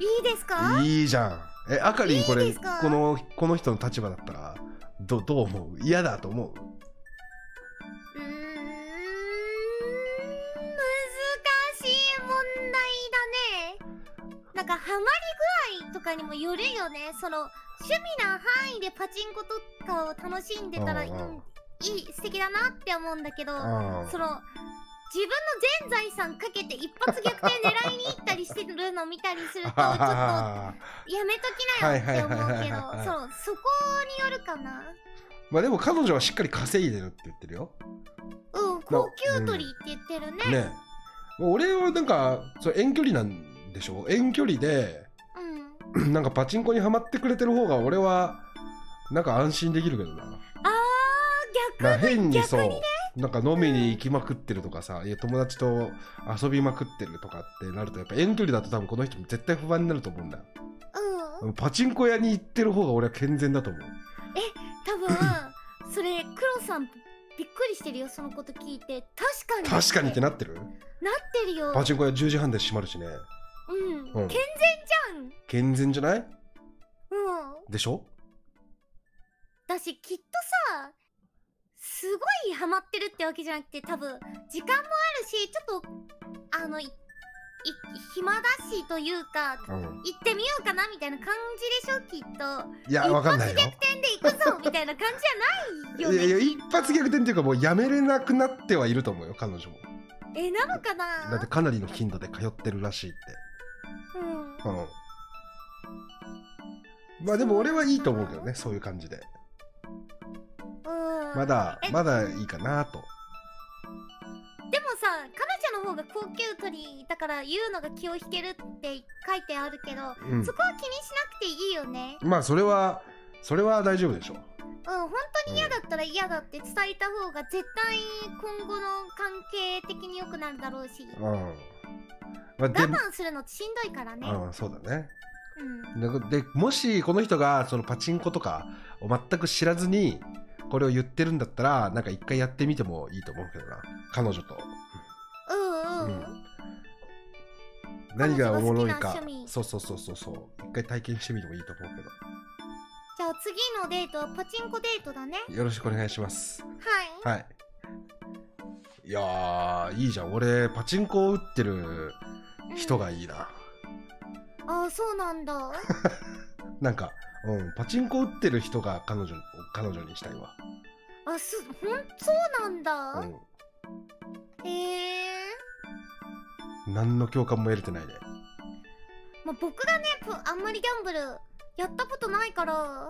いいですかんいいじゃえあかりんこれいいですかこのこの人の立場だったらどどう思う嫌だと思ううーん難しい問題だねなんかハマり具合とかにもよるよねその趣味な範囲でパチンコとかを楽しんでたらういいんうんいい素敵だなって思うんだけどあその自分の全財産かけて一発逆転狙いに行ったりしてるの見たり するとちょっとやあーめときなよって思うはいはいはいけどはいはいそのそこによるかなまあでも彼女はしっかり稼いでるって言ってるようん高級取りって言ってるねねえもう俺はなんかそう遠距離なんでしょ遠距離で うんなんかパチンコにはまってくれてる方が俺はなんか安心できるけどなあーな逆んか変にそう逆にねなんか飲みに行きまくってるとかさ、いや友達と遊びまくってるとかってなるとやっぱ遠距離だと多分この人も絶対不安になると思うんだようんパチンコ屋に行ってる方が俺は健全だと思う多分それクロさんびっくりしてるよそのこと聞いて確かに確かにってななってるってるよパチンコ屋10時半で閉まるしねうん、うん健全じゃんうん健全じゃないでしょだしきっとさすごいハマってるってわけじゃなくて多分時間もあるしちょっとあのいい暇だしというかうん行ってみようかなみたいな感じでしょきっといや一わかんな発いよ逆転で行くぞみたいな感いやじじゃないよねいやきっ一と発逆転っていうかもうやめれなくなってはいると思うよ彼女もえなのかなだってかなりの頻度で通ってるらしいってうんうんまあでも俺はいいと思うけどねそういう感じでうんまだえまだいいかなとでもさ彼女の方が高級鳥だから言うのが気を引けるって書いてあるけど、うんそこは気にしなくていいよねまあそれはそれは大丈夫でしょううん本当に嫌だったら嫌だって伝えた方が絶対今後の関係的に良くなるだろうしうんまあで我慢するのってしんどいからねうんそうだねうんででもしこの人がそのパチンコとかを全く知らずにこれを言ってるんだったらなんか一回やってみてもいいと思うけどな彼女とうんうん、うん何がおもろい彼女が好きなか趣味そうそうそうそうそう一回体験してみてもいいと思うじゃあ次のデートはパチンコデートだねけどよろしくお願いしますはいはい。いやー、いいじゃん。俺、パチンコを打ってるうん人がいいな。ああそうなんだ あなんか、うん、パチンコを打ってる人が彼女に彼女にしたいわ。すほんそうなんだ、うへえん。何の共感も得れてないね。まあ、僕がねぷあんまりギャンブルやったことないから、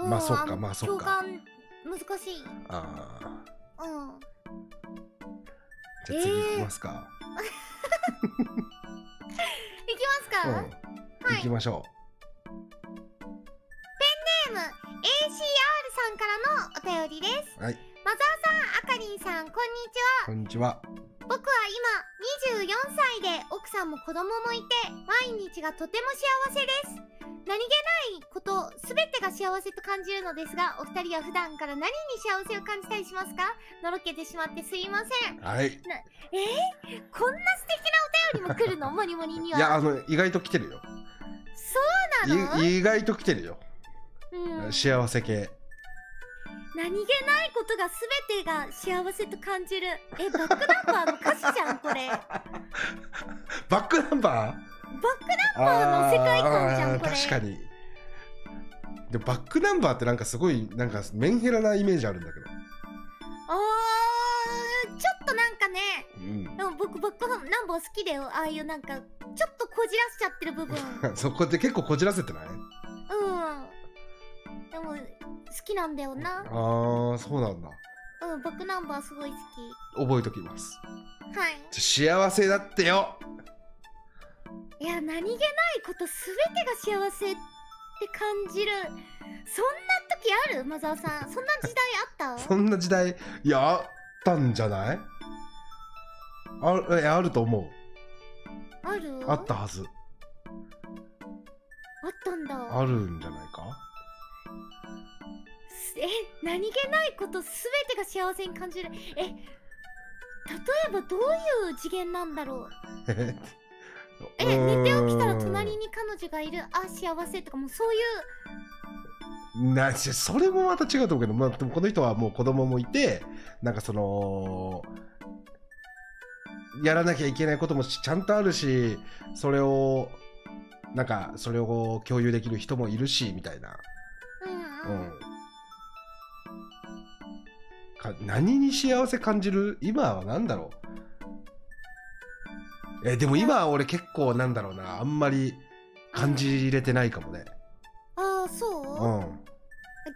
うん。うん、まあそっかんまあそっ共か感難しいうんあー。あじゃあ次行きますか。いきますか、うん。行きましょゲーム ACR さんからのお便りですう。はい。マザーさんあかりんさんこんにちはこんにちは。僕は今24歳で奥さんも子供もいて毎日がとても幸せです何気ないこと全てが幸せと感じるのですがお二人は普段から何に幸せを感じたりしますかのろけてしまってすいませんはい。こんな素敵なお便りも来るのモニモニいにはや、あの、意外と来てるよ。そうなの、い意外と来てるよ。うん、幸せ系。何気ないことが全てが幸せと感じるえバックナンバーの歌詞じゃんこれバッバックナンバークナンバーの世界観じゃんあーこれ確かにでもバックナンバーってなんかすごいなんかメンヘラなイメージあるんだけど、あーちょっとなんかねうん でも僕バックナンバー好きだよああいうなんかちょっとこじらしちゃってる部分そこで結構こじらせてないうんでも好きなんだよなあーそうなんだうんバックナンバーすごい好覚えときますきはいじゃ幸せだってよいや何気ないことすべてが幸せって感じるそんな時あるマザーさんそんな時代あったそんな時代いやあったんじゃないあえあると思うあるあったはずあったんだあるんじゃないかえ何気ないことすべてが幸せに感じるえ例えばどういう次元なんだろうええ寝て起きたら隣に彼女がいるあ幸せとかもうそういうなしそれもまた違うと思うけど、まあ、でもこの人はもう子供もいてなんかそのやらなきゃいけないこともしちゃんとあるしそれをなんかそれを共有できる人もいるしみたいな、ううんうん、ん、か何に幸せ感じる今は何だろうえでも今は俺結構なんだろうなあんまり感じれてないかもね、ああそう、うん、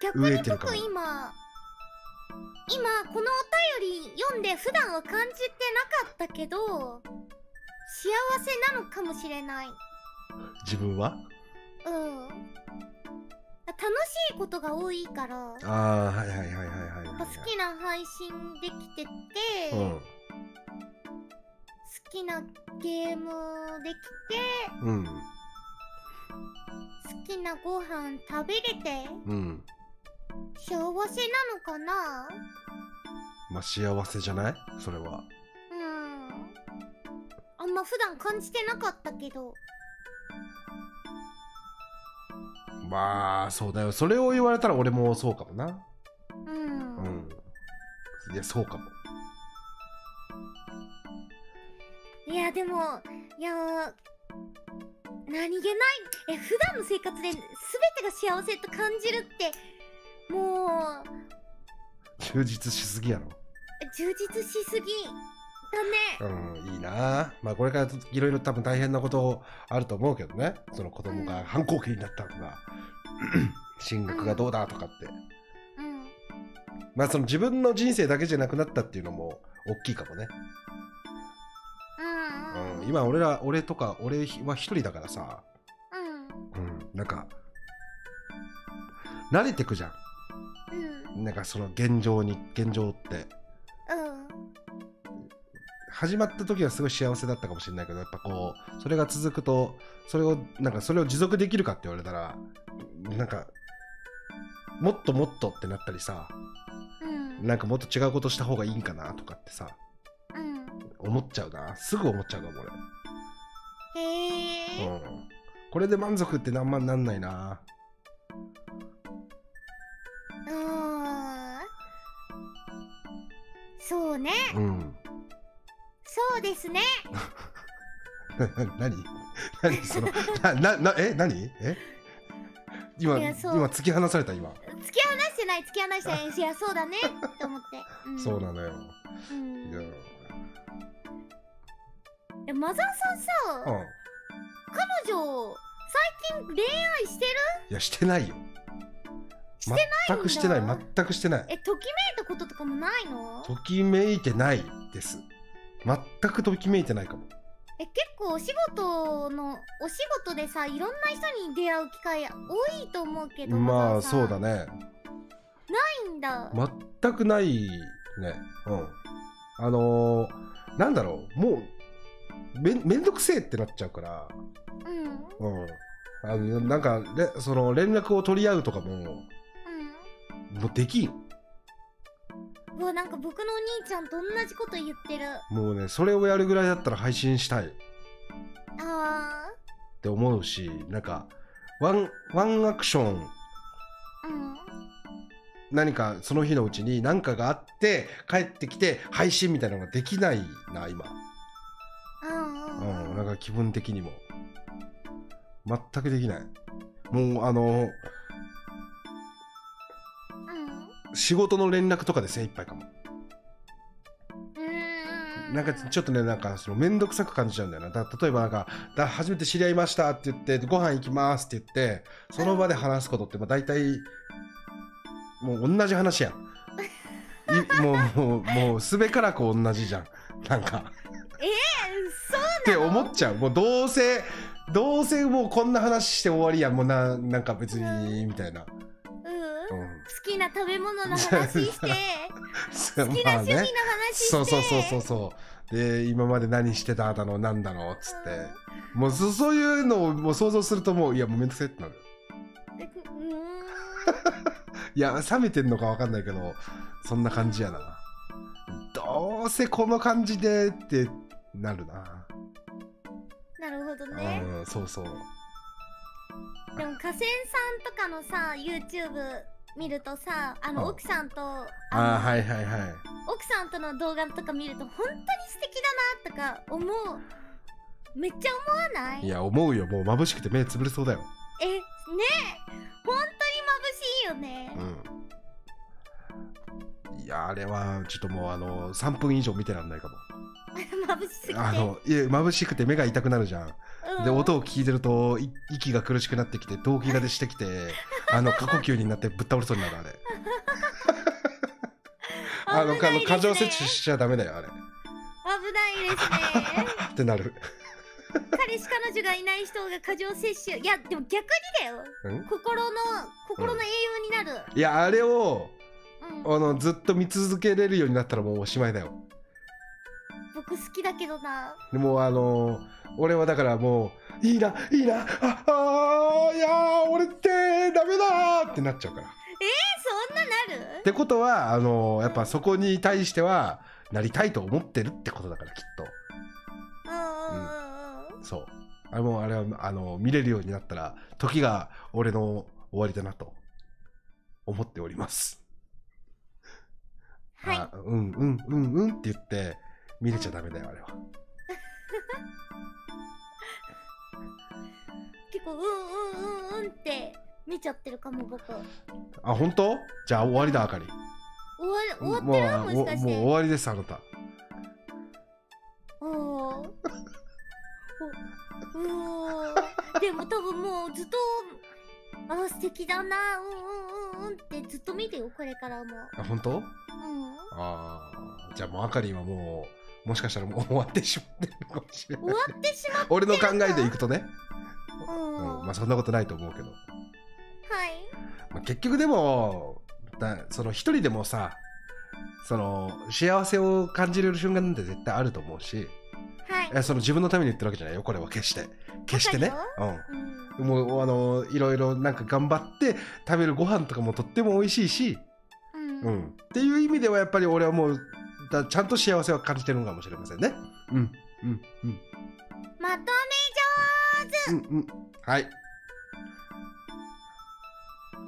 逆飢にえてるかも僕今今このお便り読んで普段は感じてなかったけど幸せなのかもしれない自分はうん楽しいことが多いからやっああはいはいはいはいはいはいぱ好きな配信できてて、好きなゲームできてうんうん好きなご飯食べれてうん幸せなのかなまあ幸せじゃないそれはうんあんま普段感じてなかったけどまあそうだよそれを言われたら俺もそうかもなうん、うんいやそうかもいやでもいやー何気ないえ普段の生活で全てが幸せと感じるってもう充実しすぎやろ充実しすぎだねうんいいなまあこれからいろいろ多分大変なことあると思うけどねその子供が反抗期になったとか 進学がどうだとかってうんまあその自分の人生だけじゃなくなったっていうのも大きいかもねうんう、うんん今俺ら俺とか俺は一人だからさ、ううん、なんか慣れてくじゃんうんんなんかその現状に現状ってうん始まった時はすごい幸せだったかもしれないけどやっぱこうそれが続くとそれをなんかそれを持続できるかって言われたらなんかもっともっとってなったりさうんなんかもっと違うことした方がいいんかなとかってさうん思っちゃうなすぐ思っちゃうかもへ俺、えうん、これで満足ってなんまなんないなうんそうねうん そうですねな何 何そのなななえ何え今い今やそう突き放された今、突き放してない突き放してないいやそうだねって思って、うん、そうなのようんいやえマザーさんうさんい彼女最近恋愛してるやしてないよしてないんだ全くしてない全くしてないえときめいたこととかもないのときめいてないです全くときめいてないかもえ結構お仕事のお仕事でさいろんな人に出会う機会多いと思うけどまマあザそーさうだんねないんだ、全くないねうんあのー、なんだろうもうめんめんどくせえってなっちゃうからうんうんうんあのなんかれその連絡を取り合うとかももうできんうわなんか僕のお兄ちゃんと同じこと言ってるもうねそれをやるぐらいだったら配信したいっあて思うしなんかワンワンアクションーうん何かその日のうちに何かがあって帰ってきて配信みたいなのができないな今、うんうんうん、なんか気分的にも全くできないもうあのうん仕事の連絡とかで精一杯かもうんなんかちょっとねなんかその面倒くさく感じちゃうんだよなだ例えばなんかだ初めて知り合いましたって言ってご飯行きますって言ってその場で話すことってまあ大体もう同じ話やんいもうもうもうすべからく同じじゃんなんかえ嘘って思っちゃうもうどうせどうせもうこんな話して終わりやんもうななんか別にみたいな、うんう好ん、きな食べ物の話 してそう好きなまあ趣味の話ねしてそうそうそうそうそうで今まで何してただのなんだのっつって、もうそそういうのをもう想像するともういやもうめんどくせえってなるうんういや冷めてんのかわかんないけどそんな感じやなどうせこの感じでってなるなーなるほどうね。ん、そうそう。でも河川さんとかのさ YouTube 見るとさあうんの奥さんとああのあ、はいはいはい。奥さんとの動画とか見ると本当に素敵だなとか思うめっちゃ思わないいや、思うよ。もう眩しくて目つぶれそうだよ。えねえ本当に眩しいよね、うん。いや、あれは、ちょっともう、あの、3分以上見てらんないかも。眩しすぎてあの、いや、眩しくて目が痛くなるじゃん。うんで、音を聞いてると、い息が苦しくなってきて、動悸が出してきて、 あの、過呼吸になってぶっ倒れそうになる、あれ。あの、あの危ないですね過剰摂取しちゃダメだよ、あれ。危ないですね ってなる。彼氏彼女がいない人が過剰摂取いやでも逆にだようん心の心の栄養になる、いや、あれを、うん、あの、ずっと見続けれるようになったらもうおしまいだよ。僕好きだけどなでもうあのー俺はだからもう、いいな、いいな、ああー、いやー、俺ってダメだーってなっちゃうから。っえそんななるてことは、あのーやっぱそこに対しては、なりたいと思ってるってことだから、きっうんうんうんうんと。そう。あもうあれは、あのー見れるようになったら、時が俺の終わりだなと思っております。はいあうんうんうんうんって言って、見れちゃダメだよ、あれは。結構うんうんうんうんって見ちゃってるかも僕終わあ、本当じゃあ終わりだ、あかり。り終わってるもうもしかしもう終てわりです、あなた。おおーおおーでも多分もうずっとあー素敵だなうんうんうんうんってずっと見てよこれからもあ、本当うんああ、じゃあもうあかりんはもう、もしかしたらもう終わってしまってるかもしれ終ないわ。ってしまっ俺の考えでいくとね、たう、うんん、まはあそんなことないと思うけど、いまあ、結局でも、だその一人でもさ、その幸せを感じれる瞬間なんて絶対あると思うし、はいえその自分のために言ってるわけじゃないよ、これは決して。決してねわか。うんうん。もうあのいろいろなんか頑張って食べるご飯とかもとっても美味しいし、うん、うん、っていう意味ではやっぱり俺はもうだちゃんと幸せを感じてるのかもしれませんね。うんうんうんまとめうんうんはい。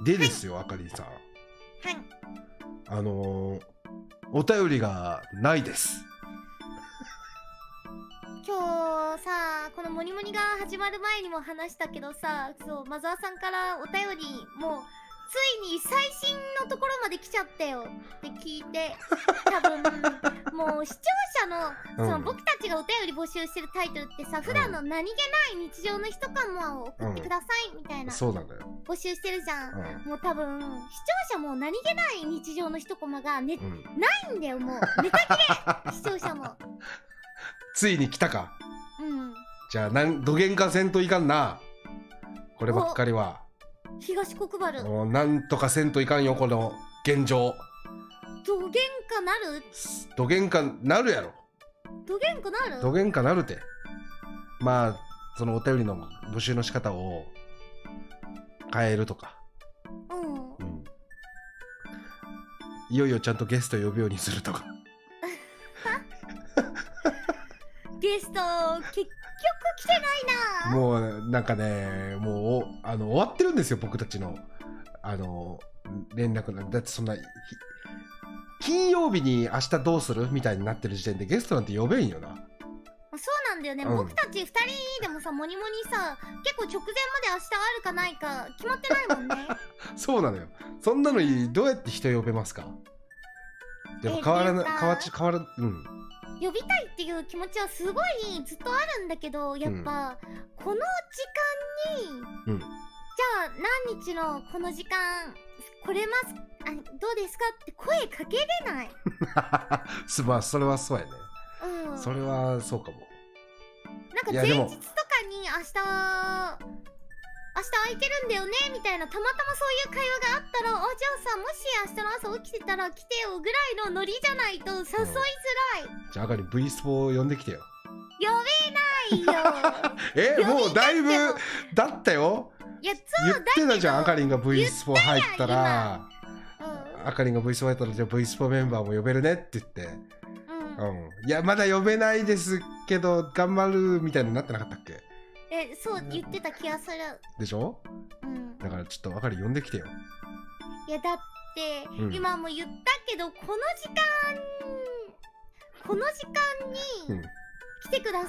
でですよ、あかりんさん。上はいあのーお便りがないです。今日さこの「モニモニ」が始まる前にも話したけどさそうマザーさんからお便りもうついに最新のところまで来ちゃったよって聞いて多 分もう視聴者のそうのん僕たちがお便り募集してるタイトルってさ普段の何気ない日常の一コマを送ってくださいみたいなそうなんだよ。募集してるじゃん。うもう多分視聴者も何気ない日常の一コマがネんうん、ないんだよもうネタ切れ視聴者も。ついに来たか。うんじゃあなんどげんかせんといかんな。こればっかりは。東国原もうなんとかせんといかんよ、この現状。どげんかなるどげんかなるやろ。どげんかなるどげんかなるて。まあ、そのお便りの募集の仕方を変えるとか、うんうんいよいよちゃんとゲスト呼ぶようにするとか。ゲスト結局来てないなもう、なんかね、もう、おあの、終わってるんですよ、僕たちの、あの、連絡なんだってそんな、ひ金曜日に明日どうするみたいになってる時点でゲストなんて呼べんよな。そうなんだよね、うん僕たち2人でもさモニモニさ結構直前まで明日あるかないか決まってないもんね そうなのよ。そんなのにどうやって人呼べますかでも変わらなえー変わっち変わらうん。呼びたいっていう気持ちはすごいずっとあるんだけどやっぱ、この時間にうんじゃあ何日のこの時間来れますあどうですかって声かけれない、 すまあそれはそうやね、うん、それはそうかもなんかいや前で日もとかに明日明日空いてるんだよねみたいなたまたまそういう会話があったらあじゃあさもし明日の朝起きてたら来てよぐらいのノリじゃないと誘いづじゃああかり V スポを呼んできてよ らいよえ呼び もうだいぶけどだったよいやつ言ってたじゃんあかりんが V スポ入ったらうあかりんが V スポ入ったらじゃあ V スポメンバーも呼べるねって言ってんうん、うん、いやまだ呼べないですけど頑張るみたいになってなかったっけえそう言ってた気がするでしょうんだからちょっとわかる呼んできてよいやだって、うん今も言ったけどこの時間この時間うんに来てください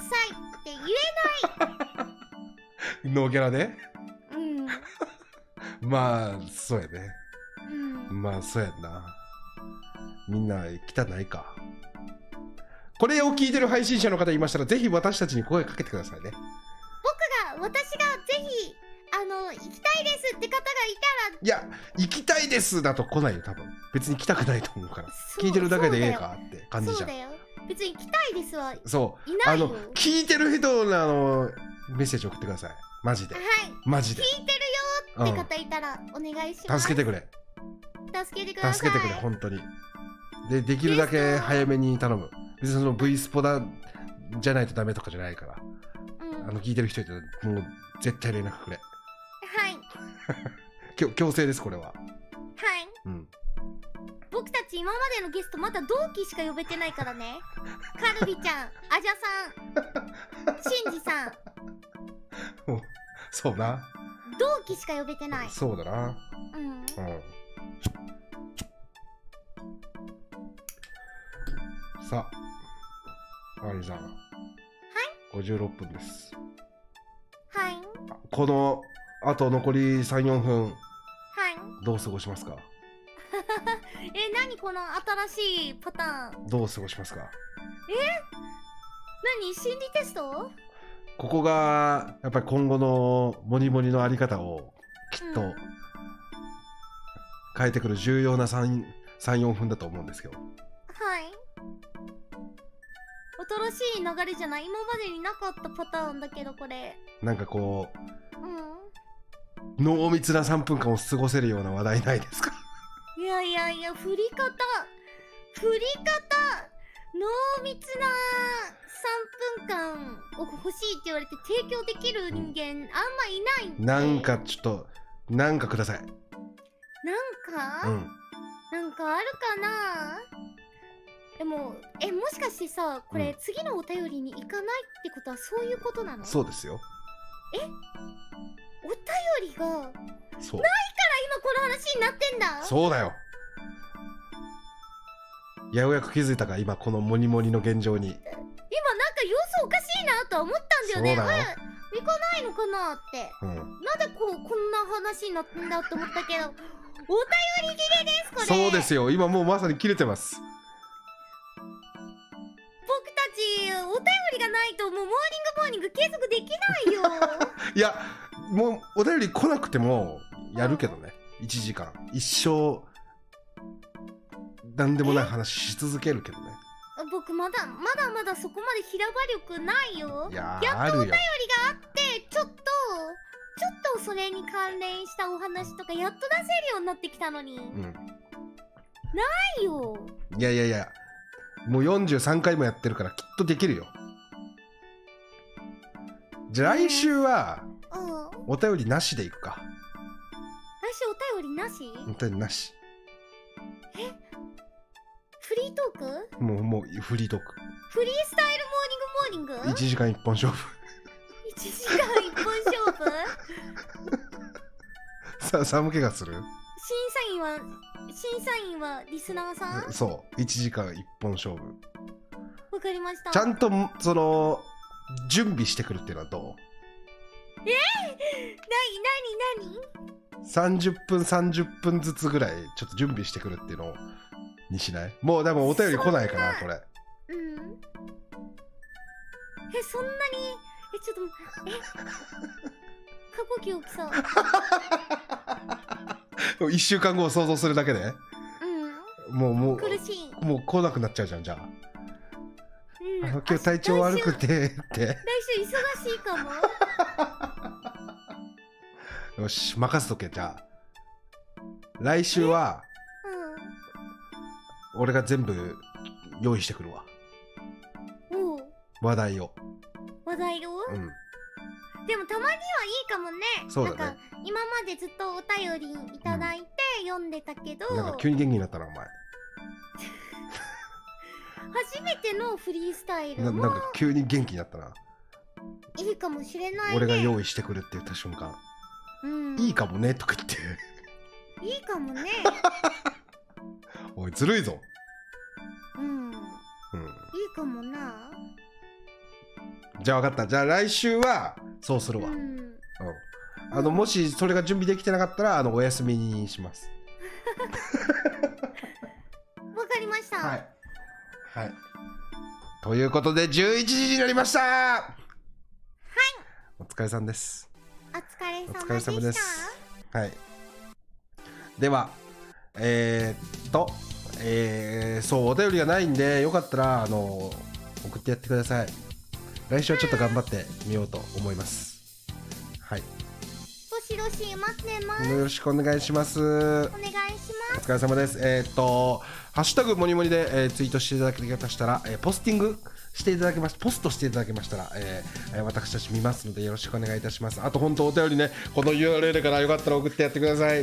ってノーギャラで言えうんまあそうやねうんまあそうやんなみんな来たないかこれを聞いてる配信者の方いましたらぜひ私たちに声かけてくださいね僕が私がぜひあの行きたいですって方がいいや行きたいですだと来ないよ多分別に来たくないと思うからたらそう聞いてるだけでええそうだよかって感じじゃんそうだよ別に行きたいですはいそうなあいよの聞いてる人のあのメッセージ送ってくださいマジではいマジで聞いてうるよっんて方いたらお願いします助けてくれ助けてください助けてくれ本当にでできるだけ早めに頼む別にその V スポだじゃないとダメとかじゃないからうんあはいの聞いてる人いたらもう絶対連絡くれ強強制ですこれははいうん僕たち今までのゲストまだ同期しか呼べてないからねカルビちゃんアジャさんシンジさんそうな、同期しか呼べてないそうだなうんうんさあマリーさんはい56分ですはいはいこのあと残り34分どう過ごしますかえ何この新しいパターンどう過ごしますか何心理テストここがやっぱり今後のモニモニのあり方をきっうんと変えてくる重要な34分だと思うんですけどはい新しい流れじゃない今までになかったパターンだけどこれなんかこうう濃密な3分間を過ごせるような話題ないですかんいやいやいや振り方振り方濃密な3分間を欲しいって言われて提供できる人間あんまいないんでなんかちょっとなんかくださいなんか、うんなんかあるかなでもえもしかしてさこれ、うん次のお便りに行かないってことはそういうことなのそうですよお便りが今こそうの話になってんだそうだよいやようやく気づいたか今このモニモニの現状に今なんか様子おかしいなとは思ったんだよねそうだよあれ行かないのかなってうんまだこうこんな話になってんだと思ったけどお便り切れですこれそうですよ今もうまさに切れてます僕たちお便りがないともうモーニングモーニング継続できな いよいやもうお便り来なくてもやるけどね1時間一生なんでもない話し続けるけどね僕まだまだまだそこまで平場力ないよいややーあっとおる便りよがあってちょっとちょっとそれに関連したお話とかやっと出せるようになってきたのに、なうんいよいやいやいやもう43回もやってるからきっとできるよじゃあ来週はうんお便りなしでいくか来週お便りなし、お便りなしフリートークもうもうフリートークフリースタイルモーニングモーニ1ング時間1本勝負1時間1本勝負 さ寒気がする審査員は審査員はリスナーさんそう1時間1本勝負わかりましたちゃんとその準備してくるっていうのはどなになになにう ?30 分30分ずつぐらいちょっと準備してくるっていうのにしないもうでもお便り来ないかなこれうんえそんなにえちょっとえ過呼吸起きそう 1週間後を想像するだけでもうもうんう苦しい、もう来なくなっちゃうじゃんじゃあうん、あの今日体調悪く来てって週来週忙しいかもよし任せとけじゃあ来週は俺が全部用意してくるわうんおう話題を話題を、うんでもたまにはいいかもねそうだねなんか今までずっとお便りいただいて読んでたけど、なんか急に元気になったなお前初初めてのフリースタイルななんもか急に元気になったな。いいかもしれないね俺が用意してくるって言った瞬間、うんいいかもねとか言って、 いいかもねおい、ずるいぞ。うんうん。いいかもなじゃあ分かった。じゃあ来週は、そうするわ。ううん。んあの、もしそれが準備できてなかったら、あの、お休みにします。わかりました、はい。はい。ということで、11時になりましたはい。お疲れさんです。お疲れお様疲れでした様です。はい。では、えー、っと、えー、そう、お便りがないんで、よかったら、あの、送ってやってください。来週はちょっと頑張ってみようと思います。はい。どしどし待ってますよろしくお願いしますお。願いしおます疲れ様です。えーっと、ハッシュタグもにもにで、えーツイートしていただけましたら、えーポスティングしていただけましポストしていただけましたら、えーえー私たち見ますのでよろしくお願いいたします。あと本当お便りね、この URL からよかったら送ってやってください。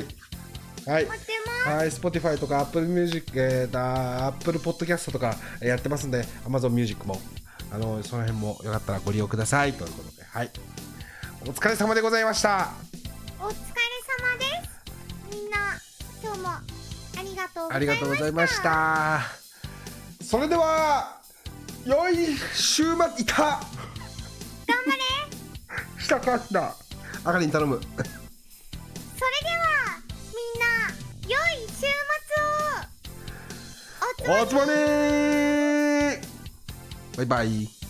はい。待ってますはい、Spotify とか Apple Music、えー、だ Apple Podcast とかえーやってますんで、Amazon Music も、あの、その辺もよかったらご利用ください。ということで、はい。お疲れ様でございました。お疲れ様ですみんな今日もありがとうございましたありがとうございました。それでは、良い週末、いた頑張れしたかった。あかりに頼む。それではみんな良い週末をおつまみおつまみバイバイ。